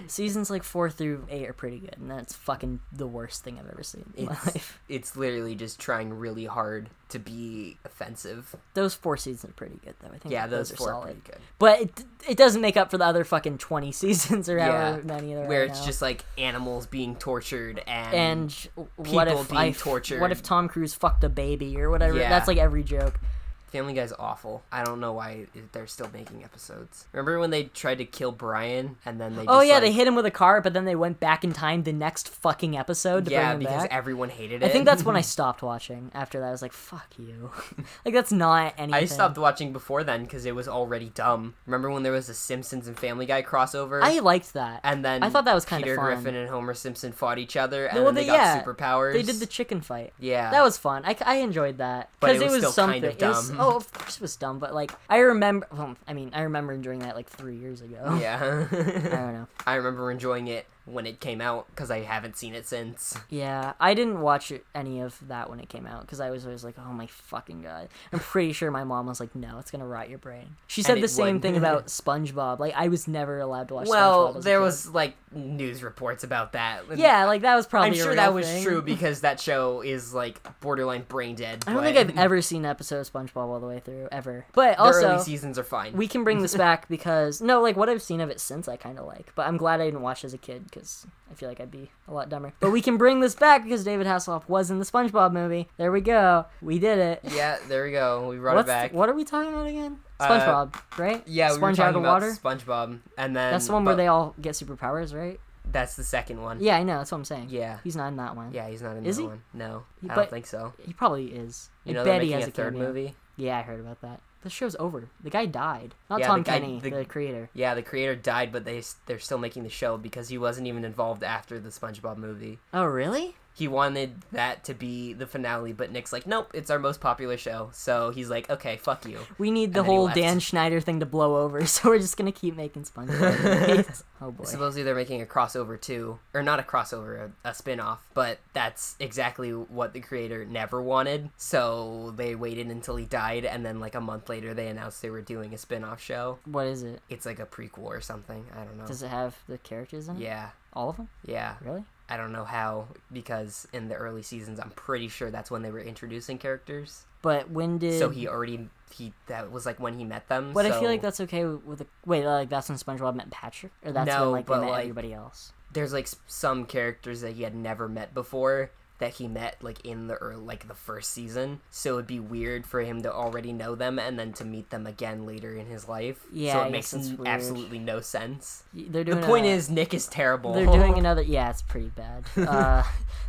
Speaker 1: Seasons like four through eight are pretty good, and that's fucking the worst thing I've ever seen in my
Speaker 2: It's-
Speaker 1: life.
Speaker 2: It's literally just trying really hard to be offensive.
Speaker 1: Those four seasons are pretty good though. I think
Speaker 2: Yeah,
Speaker 1: that
Speaker 2: those,
Speaker 1: are
Speaker 2: four
Speaker 1: solid.
Speaker 2: are pretty good.
Speaker 1: But it, it doesn't make up for the other fucking twenty [laughs] seasons or
Speaker 2: Yeah,
Speaker 1: however many there are.
Speaker 2: where it's
Speaker 1: now.
Speaker 2: just like animals being tortured and,
Speaker 1: and j- what
Speaker 2: Mm. people
Speaker 1: if
Speaker 2: being
Speaker 1: I,
Speaker 2: tortured.
Speaker 1: What if Tom Cruise fucked a baby or whatever?
Speaker 2: Yeah.
Speaker 1: That's like every joke.
Speaker 2: Family Guy's awful. I don't know why they're still making episodes. Remember when they tried to kill Brian and then they just
Speaker 1: Oh yeah,
Speaker 2: like,
Speaker 1: they hit him with a car, but then they went back in time the next fucking episode to
Speaker 2: yeah
Speaker 1: bring him
Speaker 2: because
Speaker 1: back.
Speaker 2: everyone hated it.
Speaker 1: I think that's
Speaker 2: [laughs]
Speaker 1: when I stopped watching. After that, I was like, "Fuck you!" [laughs] like that's not anything.
Speaker 2: I stopped watching before then because it was already dumb. Remember when there was a Simpsons and Family Guy crossover?
Speaker 1: I liked that,
Speaker 2: and then
Speaker 1: I thought that was kind
Speaker 2: Peter
Speaker 1: of fun.
Speaker 2: Griffin and Homer Simpson fought each other, and
Speaker 1: well,
Speaker 2: then they,
Speaker 1: they-
Speaker 2: got
Speaker 1: yeah,
Speaker 2: superpowers.
Speaker 1: They did the chicken fight.
Speaker 2: [laughs] Yeah.
Speaker 1: that was fun. I, I enjoyed that
Speaker 2: But
Speaker 1: because
Speaker 2: it was still
Speaker 1: something.
Speaker 2: kind of
Speaker 1: It was-
Speaker 2: dumb.
Speaker 1: oh, of course it was dumb, but like I remember. Well, [laughs] I mean, I remember enjoying that like three years ago.
Speaker 2: [laughs] yeah. [laughs]
Speaker 1: I don't know.
Speaker 2: I remember enjoying it when it came out because I haven't seen it since.
Speaker 1: Yeah, I didn't watch it- any of that when it came out because I was always like, "Oh my fucking god!" I'm pretty sure my mom was like, "No, it's gonna rot your brain." She said
Speaker 2: it
Speaker 1: the same
Speaker 2: would.
Speaker 1: thing about SpongeBob. Like, I was never allowed to watch. SpongeBob
Speaker 2: Well,
Speaker 1: as a
Speaker 2: there
Speaker 1: kid.
Speaker 2: was like news reports about that. and
Speaker 1: Yeah, like that was probably.
Speaker 2: I'm
Speaker 1: a
Speaker 2: sure
Speaker 1: real
Speaker 2: that was
Speaker 1: thing. [laughs]
Speaker 2: true because that show is like borderline brain dead.
Speaker 1: I don't think
Speaker 2: but
Speaker 1: I've ever seen an episode of SpongeBob all the way through ever. But
Speaker 2: The
Speaker 1: also,
Speaker 2: early seasons are fine.
Speaker 1: we can bring this back [laughs] because no, like what I've seen of it since, I kind of like. But I'm glad I didn't watch as a kid because I feel like I'd be a lot dumber. But we can bring this back because David Hasselhoff was in the SpongeBob movie. There we go. We did it.
Speaker 2: yeah, there we go. We brought
Speaker 1: What's
Speaker 2: it back.
Speaker 1: the- what are we talking about again?
Speaker 2: Uh,
Speaker 1: SpongeBob, right?
Speaker 2: Yeah, we were
Speaker 1: SpongeBob of
Speaker 2: talking about
Speaker 1: water.
Speaker 2: SpongeBob, and then
Speaker 1: That's the one where
Speaker 2: but
Speaker 1: they all get superpowers, right?
Speaker 2: That's the second one.
Speaker 1: Yeah, I know. That's what I'm saying.
Speaker 2: Yeah.
Speaker 1: he's not in that one.
Speaker 2: Yeah, he's not in
Speaker 1: Is
Speaker 2: that
Speaker 1: he?
Speaker 2: one. No, I
Speaker 1: but-
Speaker 2: don't think so.
Speaker 1: he probably is.
Speaker 2: You
Speaker 1: I
Speaker 2: know,
Speaker 1: bet
Speaker 2: they're
Speaker 1: he
Speaker 2: making
Speaker 1: has
Speaker 2: a third
Speaker 1: cameo.
Speaker 2: movie.
Speaker 1: Yeah, I heard about that. The show's over. The guy died. Not
Speaker 2: Yeah,
Speaker 1: Tom
Speaker 2: the guy-
Speaker 1: Kenny,
Speaker 2: the-
Speaker 1: the, creator.
Speaker 2: Yeah, the creator died, but they s- they're still making the show because he wasn't even involved after the SpongeBob movie.
Speaker 1: Oh, really?
Speaker 2: He wanted that to be the finale, but Nick's like, nope, it's our most popular show. So he's like, okay, fuck you.
Speaker 1: We need the
Speaker 2: And then he
Speaker 1: whole
Speaker 2: left.
Speaker 1: Dan Schneider thing to blow over, [laughs] so we're just gonna keep making SpongeBob.
Speaker 2: [laughs]
Speaker 1: movies. oh boy.
Speaker 2: Supposedly they're making a crossover too, or not a crossover, a, a spin-off, but that's exactly what the creator never wanted. So they waited until he died, and then like a month later they announced they were doing a spin-off show.
Speaker 1: what is it?
Speaker 2: It's like a prequel or something. I don't know.
Speaker 1: Does it have the characters in it?
Speaker 2: Yeah,
Speaker 1: All of them?
Speaker 2: yeah.
Speaker 1: Really?
Speaker 2: I don't know how because in the early seasons I'm pretty sure that's when they were introducing characters.
Speaker 1: But when did?
Speaker 2: So he already he that was like when he met them.
Speaker 1: But I
Speaker 2: so
Speaker 1: feel like that's okay with, with the wait, like that's when SpongeBob met Patrick, or that's when
Speaker 2: No,
Speaker 1: like they
Speaker 2: but,
Speaker 1: met
Speaker 2: like-
Speaker 1: everybody else.
Speaker 2: there's like s- some characters that he had never met before that he met like in the early, like the first season. So it'd be weird for him to already know them and then to meet them again later in his life.
Speaker 1: Yeah,
Speaker 2: so
Speaker 1: I
Speaker 2: it
Speaker 1: guess
Speaker 2: makes
Speaker 1: that's
Speaker 2: n-
Speaker 1: weird.
Speaker 2: absolutely no sense.
Speaker 1: Y- They're
Speaker 2: The
Speaker 1: doing.
Speaker 2: point
Speaker 1: a-
Speaker 2: is Nick is terrible.
Speaker 1: they're
Speaker 2: [laughs]
Speaker 1: doing another. Yeah, it's pretty bad. Uh,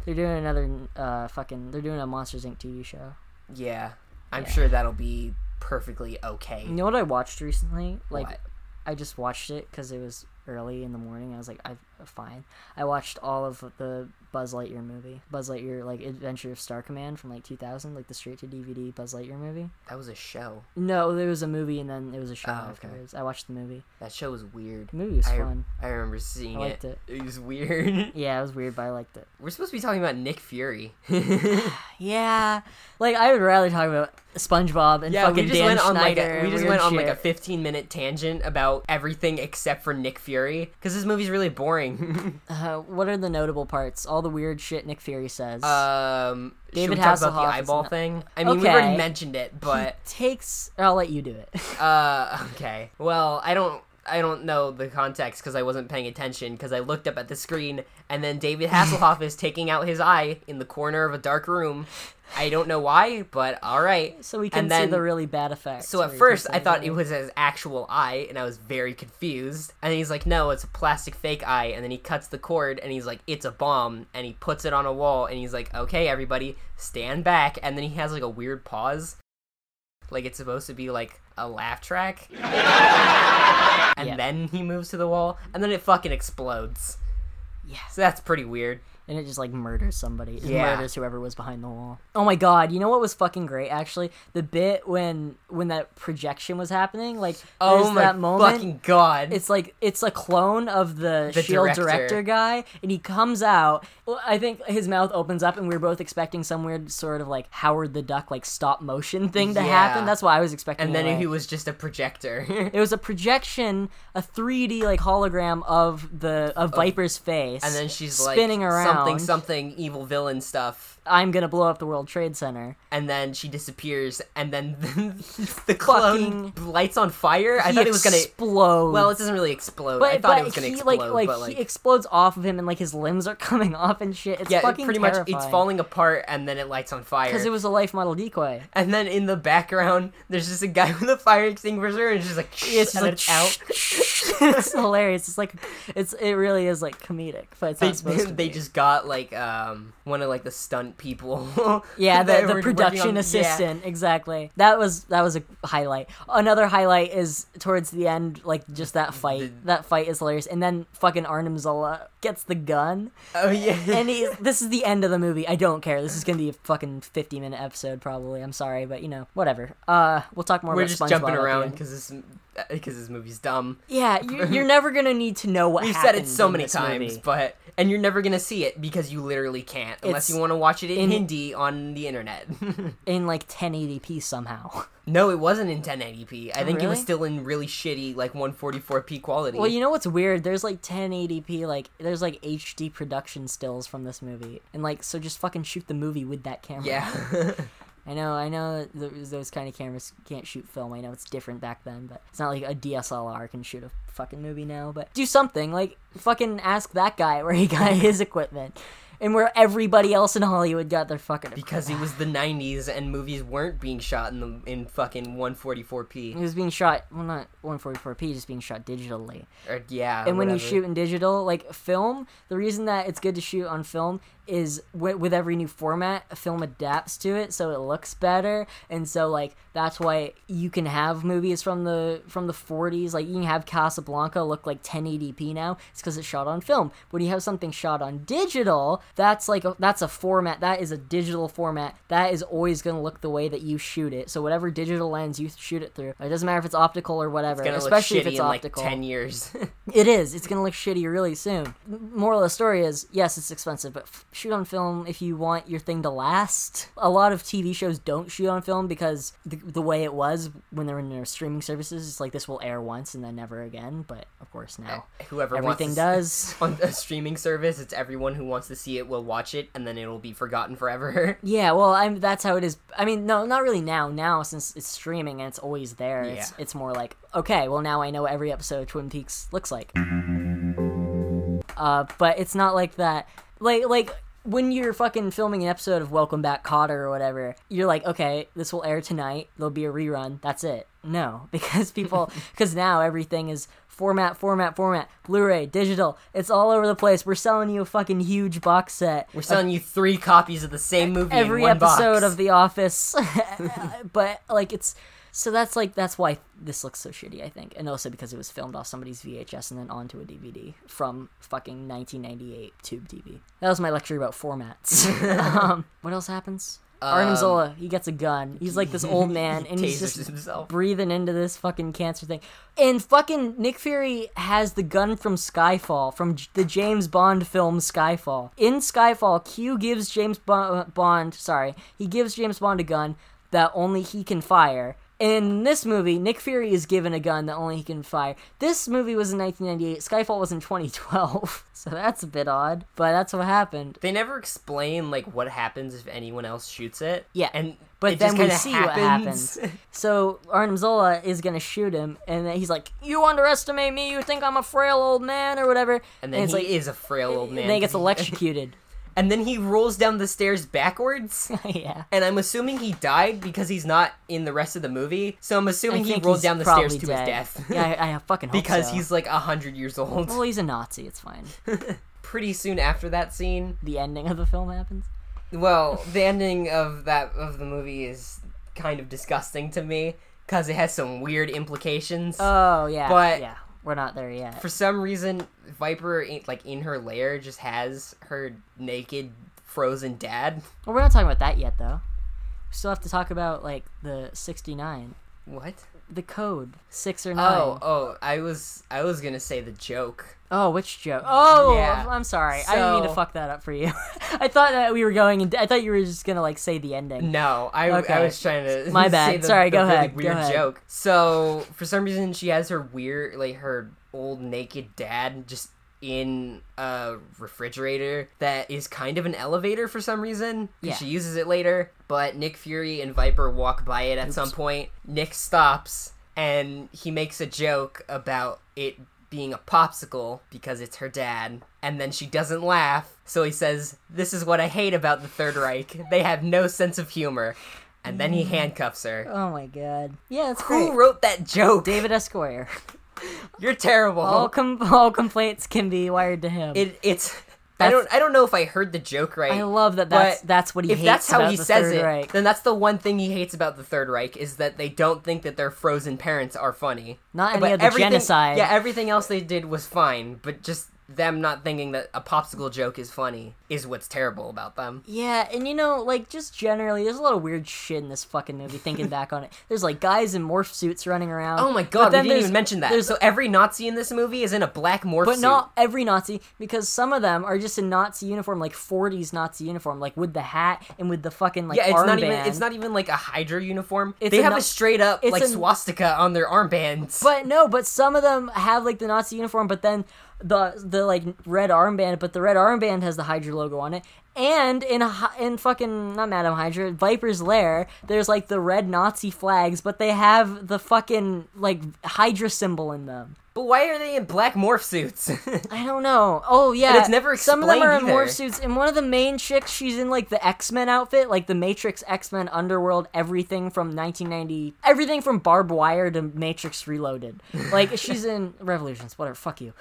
Speaker 1: they're doing another uh, fucking. They're doing a Monsters Inc. TV show.
Speaker 2: yeah, I'm sure that'll be perfectly okay.
Speaker 1: You know what I watched recently? Like,
Speaker 2: What?
Speaker 1: I just watched it because it was early in the morning. I was like, I'm fine. I watched all of the Buzz Lightyear movie, Buzz Lightyear like Adventure of Star Command from like 2000, like the straight to DVD Buzz Lightyear movie.
Speaker 2: That was a show.
Speaker 1: No, there was a movie and then there was a show
Speaker 2: Oh, okay.
Speaker 1: afterwards. I watched the movie.
Speaker 2: That show was weird.
Speaker 1: The movie was
Speaker 2: I,
Speaker 1: fun.
Speaker 2: I remember seeing
Speaker 1: I liked
Speaker 2: it.
Speaker 1: it.
Speaker 2: It was weird. [laughs]
Speaker 1: Yeah, it was weird, but I liked it.
Speaker 2: We're supposed to be talking about Nick Fury. [laughs]
Speaker 1: Yeah, like I would rather talk about SpongeBob and
Speaker 2: yeah,
Speaker 1: fucking
Speaker 2: we just
Speaker 1: Dan
Speaker 2: went on
Speaker 1: Schneider.
Speaker 2: like a, we
Speaker 1: and
Speaker 2: just
Speaker 1: weird
Speaker 2: went on like a
Speaker 1: shit.
Speaker 2: 15 minute tangent about everything except for Nick Fury because this movie's
Speaker 1: [laughs]
Speaker 2: really boring.
Speaker 1: Uh, what are the notable parts? All the weird shit Nick Fury says.
Speaker 2: um, should we
Speaker 1: David
Speaker 2: talk about
Speaker 1: Hasselhoff
Speaker 2: the
Speaker 1: is
Speaker 2: eyeball
Speaker 1: not-
Speaker 2: thing? I mean, we
Speaker 1: Okay.
Speaker 2: already
Speaker 1: [laughs]
Speaker 2: mentioned it, but
Speaker 1: takes. Or I'll let you do it. [laughs]
Speaker 2: uh, okay. Well, I don't. I don't know the context because I wasn't paying attention because I looked up at the screen and
Speaker 1: [laughs]
Speaker 2: then David Hasselhoff is taking out his eye in the corner of a dark room. I don't know why, but all right.
Speaker 1: so we can
Speaker 2: And
Speaker 1: see
Speaker 2: then-
Speaker 1: the really bad effects.
Speaker 2: So
Speaker 1: where
Speaker 2: at
Speaker 1: he
Speaker 2: first,
Speaker 1: puts
Speaker 2: I
Speaker 1: it
Speaker 2: thought
Speaker 1: in.
Speaker 2: it was his actual eye, and I was very confused. And he's like, "No, it's a plastic fake eye." And then he cuts the cord, and he's like, "It's a bomb." And he puts it on a wall, and he's like, "Okay, everybody, stand back." And then he has like a weird pause, like it's supposed to be like a
Speaker 1: [laughs]
Speaker 2: laugh track. and
Speaker 1: Yeah.
Speaker 2: then he moves to the wall, and then it fucking explodes. Yeah. So that's pretty weird.
Speaker 1: and it just like murders somebody. It
Speaker 2: Yeah.
Speaker 1: murders whoever was behind the wall. Oh my god! You know what was fucking great? Actually, the bit when when that projection was happening, like
Speaker 2: Oh
Speaker 1: there's
Speaker 2: my
Speaker 1: that moment.
Speaker 2: fucking god!
Speaker 1: it's like it's a clone of the,
Speaker 2: The
Speaker 1: shield
Speaker 2: director.
Speaker 1: E director. guy and he comes out well, i think his mouth opens up and we were both expecting some weird sort of like howard the duck like stop motion thing to
Speaker 2: Yeah.
Speaker 1: happen that's what i was expecting
Speaker 2: and then
Speaker 1: anyway.
Speaker 2: he was just a projector. [laughs]
Speaker 1: it was a projection a 3d like hologram of the of viper's face
Speaker 2: and then she's like
Speaker 1: spinning around
Speaker 2: something something evil villain stuff
Speaker 1: i'm gonna blow up the world trade center
Speaker 2: and then she disappears and then [laughs] the clone lights on fire i thought it was gonna
Speaker 1: explode
Speaker 2: well it doesn't really explode
Speaker 1: but,
Speaker 2: i thought
Speaker 1: but
Speaker 2: it was gonna
Speaker 1: he,
Speaker 2: explode
Speaker 1: like, like,
Speaker 2: but like
Speaker 1: he explodes off of him and like his limbs are [laughs] coming off and shit it's
Speaker 2: yeah
Speaker 1: fucking
Speaker 2: pretty much it's falling apart and then it lights on fire
Speaker 1: because it was a life model decoy
Speaker 2: and then in the background there's just a guy [laughs] with a fire extinguisher and it's just like
Speaker 1: it's just
Speaker 2: and
Speaker 1: like [laughs]
Speaker 2: it's out
Speaker 1: it's hilarious. It's like it's it really is like comedic, but it's not
Speaker 2: they,
Speaker 1: supposed to.
Speaker 2: [laughs] they
Speaker 1: be.
Speaker 2: just got like um one of like the stunt people. [laughs]
Speaker 1: Yeah,
Speaker 2: that
Speaker 1: the,
Speaker 2: were
Speaker 1: the
Speaker 2: working
Speaker 1: production
Speaker 2: on- yeah.
Speaker 1: assistant. Exactly. That was that was a highlight. Another highlight is towards the end, like just that fight. that fight is hilarious. And then fucking Arnim Zola gets the gun.
Speaker 2: Oh yeah.
Speaker 1: And he, [laughs] this is the end of the movie. I don't care. This is gonna be a fucking fifty minute episode probably. I'm sorry, but you know, whatever. Uh we'll talk more
Speaker 2: We're
Speaker 1: about
Speaker 2: just
Speaker 1: SpongeBob
Speaker 2: jumping
Speaker 1: at the
Speaker 2: around
Speaker 1: end.
Speaker 2: because this
Speaker 1: uh,
Speaker 2: because this movie's dumb.
Speaker 1: Yeah, you're, you're never gonna need to know what
Speaker 2: We've said
Speaker 1: happened
Speaker 2: it so
Speaker 1: in
Speaker 2: many
Speaker 1: this
Speaker 2: times,
Speaker 1: movie.
Speaker 2: but and you're never gonna see it because you literally can't unless
Speaker 1: It's
Speaker 2: you want to watch it in,
Speaker 1: in-
Speaker 2: Hindi on the internet. [laughs]
Speaker 1: in like 1080p somehow. [laughs]
Speaker 2: no, it wasn't in 1080p. I think it was
Speaker 1: Oh, really?
Speaker 2: still in really shitty like 144p quality.
Speaker 1: Well, you know what's weird? There's like 1080p, like there's like HD production stills from this movie, and like so just fucking shoot the movie with that camera.
Speaker 2: [laughs] yeah. [laughs]
Speaker 1: I know, I know those, those kind of cameras can't shoot film. I know it's different back then, but it's not like a DSLR can shoot a fucking movie now. But do something like fucking ask that guy where he
Speaker 2: [laughs]
Speaker 1: got his equipment, and where everybody else in Hollywood got their fucking
Speaker 2: because it was the 90s and movies weren't being shot in the in fucking 144p
Speaker 1: it was being shot well not 144p, just being shot digitally.
Speaker 2: or yeah
Speaker 1: and when you
Speaker 2: whatever.
Speaker 1: shoot in digital like film the reason that it's good to shoot on film is with, with every new format a film adapts to it so it looks better and so like that's why you can have movies from the from the 40s like you can have casablanca look like 1080p now it's because it's shot on film when you have something shot on digital that's like a, that's a format that is a digital format that is always going to look the way that you shoot it so whatever digital lens you shoot it through it doesn't matter if it's optical or whatever
Speaker 2: Gonna look
Speaker 1: especially if
Speaker 2: shitty
Speaker 1: it's
Speaker 2: in
Speaker 1: optical
Speaker 2: like 10 years [laughs]
Speaker 1: it is. It's gonna look shitty really soon. M- Moral of the story is yes, it's expensive, but f- shoot on film if you want your thing to last. A lot of TV shows don't shoot on film because the, the way it was when they were in their streaming services, it's like this will air once and then never again. But of course now,
Speaker 2: whoever wants
Speaker 1: everything
Speaker 2: to-
Speaker 1: does.
Speaker 2: on a streaming service it's everyone who wants to see it will watch it and then it'll be forgotten forever [laughs]
Speaker 1: Yeah, well, I'm. That's how it is. I mean, no, not really now. Now, since it's streaming and it's always there, it's
Speaker 2: Yeah.
Speaker 1: it's more like okay, well, now I know every episode of Twin Peaks looks like. Uh, but it's not like that. Like like when you're fucking filming an episode of Welcome Back, Cotter or whatever, you're like, okay, this will air tonight. There'll be a rerun. That's it. No, [laughs] because
Speaker 2: [laughs]
Speaker 1: people, because now everything is format, format, format, Blu-ray, digital. It's all over the place. We're selling you a fucking huge box set
Speaker 2: we're selling you three copies of the same movie in
Speaker 1: every
Speaker 2: one box.
Speaker 1: episode
Speaker 2: [laughs]
Speaker 1: of The Office. [laughs] but like it's so that's like that's why this looks so shitty, I think, and also because it was filmed off somebody's VHS and then onto a DVD from fucking 1998 tube TV. That was my lecture about
Speaker 2: [laughs]
Speaker 1: formats. um, what else happens? Arnim Zola, he gets a gun. He's like this old
Speaker 2: [laughs]
Speaker 1: man, and he's
Speaker 2: Um, tasers
Speaker 1: just
Speaker 2: himself
Speaker 1: breathing into this fucking cancer thing. And fucking Nick Fury has the gun from Skyfall, from J- the James Bond film Skyfall. In Skyfall, Q gives James Bo- uh, Bond, sorry, he gives James Bond a gun that only he can fire. In this movie, Nick Fury is given a gun that only he can fire. This movie was in 1998. Skyfall was in 2012, [laughs] so that's a bit odd. But that's what happened.
Speaker 2: they never explain like what happens if anyone else shoots it
Speaker 1: Yeah,
Speaker 2: and
Speaker 1: but
Speaker 2: it
Speaker 1: then
Speaker 2: just
Speaker 1: we
Speaker 2: kinda
Speaker 1: see what happens. So Arnim Zola is gonna shoot him, and then he's like, "You underestimate me. You think I'm a frail old man or whatever."
Speaker 2: and then
Speaker 1: it's
Speaker 2: he
Speaker 1: like,
Speaker 2: is a frail old man
Speaker 1: and then he gets
Speaker 2: 'cause
Speaker 1: electrocuted. [laughs]
Speaker 2: and then he rolls down the stairs backwards
Speaker 1: yeah.
Speaker 2: And I'm assuming he died because he's not in the rest of the movie. So I'm
Speaker 1: I
Speaker 2: assuming he
Speaker 1: think
Speaker 2: rolled
Speaker 1: he's
Speaker 2: down the
Speaker 1: probably
Speaker 2: stairs to
Speaker 1: dead.
Speaker 2: his [laughs] death.
Speaker 1: [laughs] yeah, I, I fucking hope
Speaker 2: because
Speaker 1: so.
Speaker 2: he's like a hundred years old.
Speaker 1: well, he's a Nazi. It's
Speaker 2: [laughs]
Speaker 1: fine.
Speaker 2: Pretty soon after that scene,
Speaker 1: The ending of the film happens.
Speaker 2: well, the ending of that of the movie is kind of disgusting to me because it has some weird implications.
Speaker 1: Oh yeah,
Speaker 2: But-
Speaker 1: yeah, we're not there yet.
Speaker 2: For some reason, Viper, in, like in her lair, just has her naked, frozen dad.
Speaker 1: well, we're not talking about that yet, though. We still have to talk about like the '69,
Speaker 2: What?
Speaker 1: the code six or nine.
Speaker 2: Oh, oh, I was, I was gonna say the joke.
Speaker 1: Oh, which joke? Oh,
Speaker 2: Yeah.
Speaker 1: I'm- I'm sorry. I didn't mean to
Speaker 2: So-
Speaker 1: fuck that up for you. [laughs] I thought that we were going. In, I thought you were just gonna like say the ending.
Speaker 2: No, I,
Speaker 1: Okay.
Speaker 2: I was trying to.
Speaker 1: My
Speaker 2: [laughs] say
Speaker 1: bad.
Speaker 2: the-
Speaker 1: Sorry,
Speaker 2: the
Speaker 1: go
Speaker 2: really
Speaker 1: ahead, go
Speaker 2: Weird
Speaker 1: ahead.
Speaker 2: joke. So for some reason she has her weird, like her old naked dad just in a refrigerator that is kind of an elevator for some reason. 'cause
Speaker 1: Yeah.
Speaker 2: She uses it later, but Nick Fury and Viper walk by it at some point. Nick stops and he makes a joke about it being a popsicle because it's her dad. And then she doesn't laugh, so he says, This is what I hate about the Third Reich. They have no sense of humor. And then he handcuffs her.
Speaker 1: Oh my god. Yeah, it's
Speaker 2: Who
Speaker 1: great.
Speaker 2: wrote that joke?
Speaker 1: David S. Goyer.
Speaker 2: [laughs] You're terrible.
Speaker 1: All com- all complaints can be wired to him.
Speaker 2: It, it's. I
Speaker 1: That's-
Speaker 2: don't I don't know if I heard the joke right.
Speaker 1: I love that that's-
Speaker 2: but
Speaker 1: that's what he
Speaker 2: if
Speaker 1: hates
Speaker 2: that's how
Speaker 1: about
Speaker 2: he
Speaker 1: the
Speaker 2: says
Speaker 1: Third
Speaker 2: it,
Speaker 1: Reich.
Speaker 2: then that's the one thing he hates about the Third Reich is that they don't think that their frozen parents are funny.
Speaker 1: Not any
Speaker 2: But
Speaker 1: of the
Speaker 2: everything-
Speaker 1: genocide.
Speaker 2: Yeah, everything else they did was fine, but just them not thinking that a popsicle joke is funny is what's terrible about them.
Speaker 1: Yeah, and you know, like just generally, there's a lot of weird shit in this fucking movie. Thinking back on it, there's like guys in morph suits running around.
Speaker 2: Oh my
Speaker 1: But
Speaker 2: god, we
Speaker 1: then
Speaker 2: didn't
Speaker 1: there's-
Speaker 2: even mention that.
Speaker 1: there's-
Speaker 2: So every Nazi in this movie is in a black morph
Speaker 1: but
Speaker 2: suit.
Speaker 1: not every Nazi, because some of them are just in Nazi uniform, like '40s Nazi uniform, like with the hat and with the fucking like
Speaker 2: yeah, it's not
Speaker 1: armband.
Speaker 2: even it's not even like a Hydra uniform.
Speaker 1: It's
Speaker 2: they
Speaker 1: a
Speaker 2: have
Speaker 1: Na-
Speaker 2: a straight up
Speaker 1: it's
Speaker 2: like
Speaker 1: a-
Speaker 2: swastika on their armbands.
Speaker 1: But no, but some of them have like the Nazi uniform, but then the the like red armband, but the red armband has the Hydra logo on it. And in Hy- in fucking not Madam Hydra, Viper's lair, there's like the red Nazi flags, but they have the fucking like Hydra symbol in them.
Speaker 2: But why are they in black morph suits? [laughs]
Speaker 1: I don't know. Oh yeah,
Speaker 2: it's never
Speaker 1: Some of them are in
Speaker 2: explained either.
Speaker 1: morph suits, and one of the main chicks, she's in like the X Men outfit, like the Matrix, X Men, Underworld, everything from 1990, everything from Barbed Wire to Matrix Reloaded.
Speaker 2: [laughs]
Speaker 1: Like she's in Revolutions, whatever. Fuck you.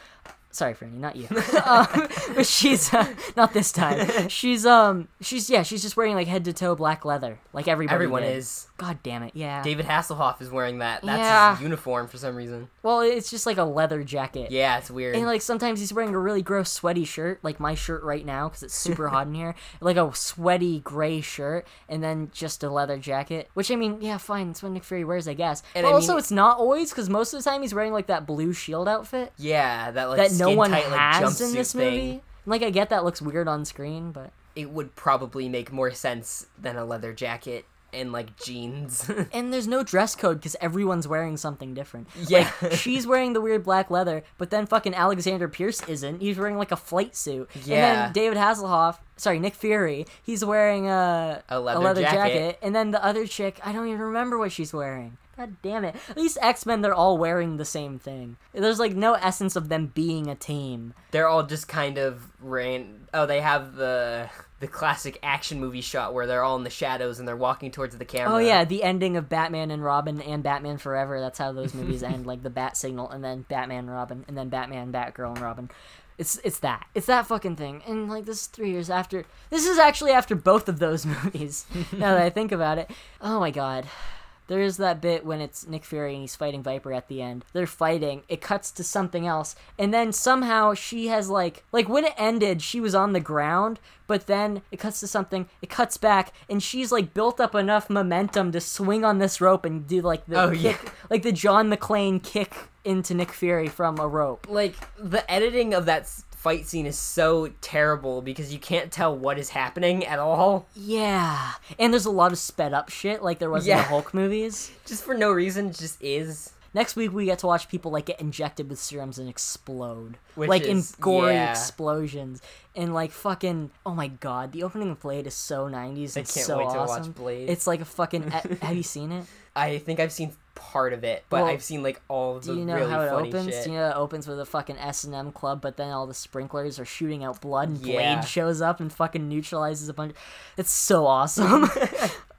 Speaker 1: Sorry, Franny, not you.
Speaker 2: [laughs]
Speaker 1: um, but she's uh, not this time. She's um, she's yeah, she's just wearing like head to toe black leather, like everybody.
Speaker 2: Everyone
Speaker 1: did.
Speaker 2: is.
Speaker 1: God damn it, yeah.
Speaker 2: David Hasselhoff is wearing that. That's
Speaker 1: Yeah.
Speaker 2: his uniform for some reason.
Speaker 1: Well, it's just like a leather jacket.
Speaker 2: Yeah, it's weird.
Speaker 1: And like sometimes he's wearing a really gross sweaty shirt, like my shirt right now because it's super hot in
Speaker 2: [laughs]
Speaker 1: here. Like a sweaty gray shirt, and then just a leather jacket. Which I mean, yeah, fine. It's what Nick Fury wears, I guess.
Speaker 2: And
Speaker 1: but
Speaker 2: I mean-
Speaker 1: also, it's not always because most of the time he's wearing like that blue shield outfit
Speaker 2: yeah, that like
Speaker 1: that no one
Speaker 2: skin-tight, like,
Speaker 1: has
Speaker 2: jumpsuit
Speaker 1: in this
Speaker 2: thing.
Speaker 1: movie. And, Like I get that looks weird on screen, but
Speaker 2: It would probably make more sense than a leather jacket and like
Speaker 1: [laughs]
Speaker 2: jeans. [laughs]
Speaker 1: and there's no dress code because everyone's wearing something different.
Speaker 2: yeah.
Speaker 1: [laughs] she's wearing the weird black leather, but then fucking Alexander Pierce isn't. He's wearing like a flight suit.
Speaker 2: Yeah.
Speaker 1: And then David Hasselhoff, sorry, Nick Fury, he's wearing a,
Speaker 2: A leather jacket.
Speaker 1: And then the other chick, I don't even remember what she's wearing. God damn it. At least X Men, they're all wearing the same thing. There's like no essence of them being a team.
Speaker 2: They're all just kind of ran. Oh, they have the the classic action movie shot where they're all in the shadows and they're walking towards the camera.
Speaker 1: Oh, yeah, the ending of Batman and Robin and Batman Forever. That's how those movies end. Like the bat signal, and then Batman and Robin, and then Batman, Batgirl, and Robin. It's it's that. It's that fucking thing. And like this is three years after. This is actually after both of those [laughs] movies. now that I think about it, oh my god. There is that bit when it's Nick Fury and he's fighting Viper at the end. They're fighting. It cuts to something else, and then somehow she has like like when it ended, she was on the ground, but then it cuts to something. It cuts back, and she's like built up enough momentum to swing on this rope and do like the
Speaker 2: Oh,
Speaker 1: kick,
Speaker 2: yeah.
Speaker 1: like the John McClane kick into Nick Fury from a rope.
Speaker 2: like the editing of that s- fight scene is so terrible because you can't tell what is happening at all
Speaker 1: Yeah, and there's a lot of sped up shit like there was in
Speaker 2: Yeah.
Speaker 1: the Hulk movies.
Speaker 2: just for no reason it just is
Speaker 1: Next week we get to watch people like get injected with serums and explode,
Speaker 2: Which
Speaker 1: like
Speaker 2: is-
Speaker 1: in gory
Speaker 2: yeah.
Speaker 1: explosions and like fucking. Oh my god, the opening of Blade is so nineties. I
Speaker 2: can't
Speaker 1: so
Speaker 2: wait to watch
Speaker 1: awesome.
Speaker 2: Blade.
Speaker 1: It's like a fucking.
Speaker 2: [laughs]
Speaker 1: a- have you seen it?
Speaker 2: i think i've seen part of it but
Speaker 1: Well,
Speaker 2: i've seen like all the
Speaker 1: Do you know
Speaker 2: really
Speaker 1: how it
Speaker 2: funny
Speaker 1: opens?
Speaker 2: shit
Speaker 1: Do you know it opens with a fucking S and M club, but then all the sprinklers are shooting out blood, and
Speaker 2: Yeah.
Speaker 1: Blade shows up and fucking neutralizes a bunch. It's so
Speaker 2: [laughs]
Speaker 1: awesome.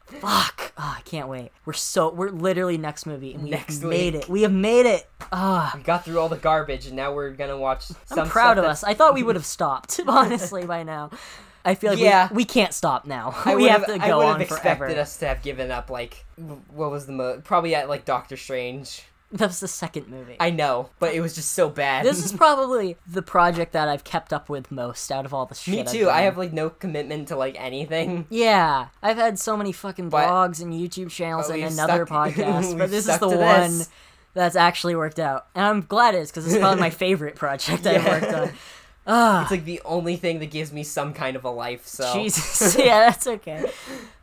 Speaker 1: Fuck! Oh, I can't wait. We're so we're literally next movie, and we
Speaker 2: Next
Speaker 1: have made
Speaker 2: week.
Speaker 1: it. We have made it. Ah.
Speaker 2: we got through all the garbage and now we're gonna watch some
Speaker 1: I'm proud
Speaker 2: stuff
Speaker 1: of
Speaker 2: that-
Speaker 1: us. I thought we would have stopped, [laughs] honestly, by now. I feel like
Speaker 2: Yeah.
Speaker 1: we, we can't stop now. [laughs]
Speaker 2: I
Speaker 1: we
Speaker 2: would
Speaker 1: have to
Speaker 2: I
Speaker 1: go
Speaker 2: would
Speaker 1: on
Speaker 2: have expected
Speaker 1: forever.
Speaker 2: us to have given up like w- what was the mo- probably at like doctor strange
Speaker 1: That was the second movie.
Speaker 2: i know but it was just so bad
Speaker 1: this is probably the project that I've kept up with most out of all the shit.
Speaker 2: me
Speaker 1: I've
Speaker 2: too i
Speaker 1: done.
Speaker 2: have like no commitment to like anything
Speaker 1: Yeah, I've had so many fucking
Speaker 2: But-
Speaker 1: blogs and YouTube channels
Speaker 2: but
Speaker 1: and
Speaker 2: we've
Speaker 1: another
Speaker 2: stuck- [laughs]
Speaker 1: podcast, but
Speaker 2: we've
Speaker 1: this is
Speaker 2: stuck
Speaker 1: the
Speaker 2: to
Speaker 1: one
Speaker 2: this.
Speaker 1: that's actually worked out, and I'm glad it is because it's probably
Speaker 2: [laughs]
Speaker 1: my favorite project I've
Speaker 2: Yeah.
Speaker 1: worked on. Ah.
Speaker 2: it's like the only thing that gives me some kind of a life so [laughs]
Speaker 1: Jesus. yeah, that's okay.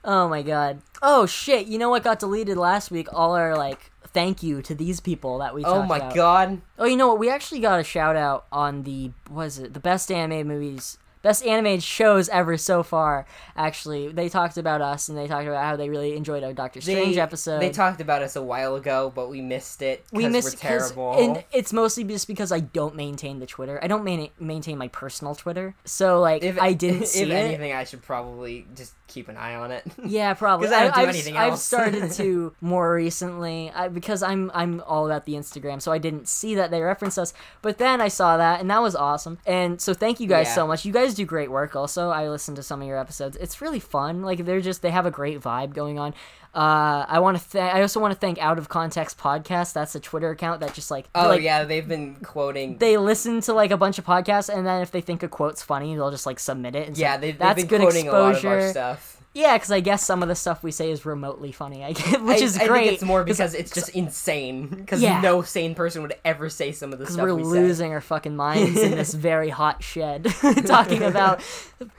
Speaker 1: Oh my god. Oh shit. You know what got deleted last week? All our like thank you to these people that we.
Speaker 2: oh
Speaker 1: talked
Speaker 2: my
Speaker 1: about.
Speaker 2: god
Speaker 1: Oh, you know what? We actually got a shout out on the was it the best anime movies. Best animated shows ever so far. Actually, they talked about us and they talked about how they really enjoyed our Doctor Strange episode.
Speaker 2: They talked about us a while ago, but we missed it.
Speaker 1: we missed
Speaker 2: we
Speaker 1: it 'cause-
Speaker 2: terrible.
Speaker 1: and it's mostly just because I don't maintain the Twitter. I don't main, maintain my personal Twitter, so like I didn't
Speaker 2: [laughs] if
Speaker 1: see it.
Speaker 2: anything, I should probably just keep an eye on it.
Speaker 1: Yeah, probably.
Speaker 2: 'Cause I don't do
Speaker 1: have
Speaker 2: anything
Speaker 1: I've
Speaker 2: else. [laughs]
Speaker 1: started to more recently I, because I'm I'm all about the Instagram, so I didn't see that they referenced us. But then I saw that, and that was awesome. And so thank you guys
Speaker 2: Yeah.
Speaker 1: so much. You guys guys do great work. Also, I listened to some of your episodes. It's really fun. Like they're just they have a great vibe going on. Uh, I want to. Th- I also want to thank Out of Context Podcast. That's a Twitter account that just like
Speaker 2: [laughs] Oh
Speaker 1: like,
Speaker 2: yeah, they've been quoting.
Speaker 1: They listen to like a bunch of podcasts, and then if they think a quote's funny, they'll just like submit it. And
Speaker 2: yeah,
Speaker 1: say,
Speaker 2: they've, they've
Speaker 1: that's
Speaker 2: been
Speaker 1: good
Speaker 2: quoting
Speaker 1: exposure.
Speaker 2: a lot of our stuff.
Speaker 1: Yeah, because I guess some of the stuff we say is remotely funny. I guess, [laughs] which
Speaker 2: I-
Speaker 1: is
Speaker 2: I
Speaker 1: great.
Speaker 2: Think it's more
Speaker 1: 'cause-
Speaker 2: because it's just insane. Because
Speaker 1: Yeah.
Speaker 2: no sane person would ever say some of the stuff
Speaker 1: we're
Speaker 2: we
Speaker 1: losing our fucking minds in
Speaker 2: [laughs]
Speaker 1: this very hot shed [laughs] talking about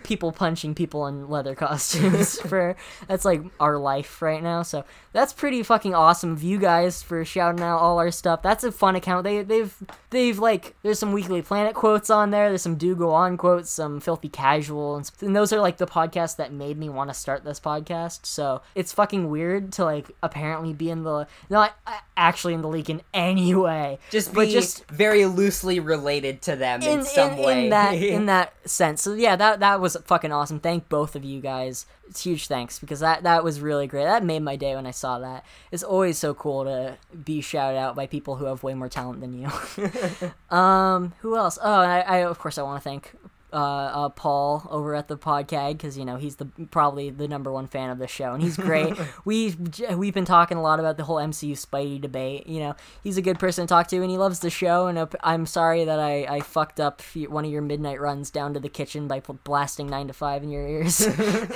Speaker 1: people punching people in leather costumes
Speaker 2: [laughs]
Speaker 1: for that's like our life right now so that's pretty fucking awesome of you guys for shouting out all our stuff that's a fun account they, they've they've like there's some weekly planet quotes on there there's some do go on quotes some filthy casual and, s- and those are like the podcasts that made me want to start this podcast so it's fucking weird to like apparently be in the not uh, actually in the leak in any way
Speaker 2: Say. Just
Speaker 1: but
Speaker 2: be
Speaker 1: just
Speaker 2: very loosely related to them in, some way.
Speaker 1: in
Speaker 2: [laughs]
Speaker 1: that in that sense. So yeah, that that was fucking awesome. Thank both of you guys. It's huge thanks because that that was really great. That made my day when I saw that. It's always so cool to be shouted out by people who have way more talent than you. [laughs] um, who else? Oh, and I, I of course I want to thank. Uh, uh, Paul over at the podcast because you know he's the probably the number one fan of the show and he's
Speaker 2: [laughs]
Speaker 1: great. we we've been talking a lot about the whole MCU Spidey debate. You know he's a good person to talk to and he loves the show. And ap- I'm sorry that I I fucked up y- one of your midnight runs down to the kitchen by pl- blasting Nine to Five in your ears.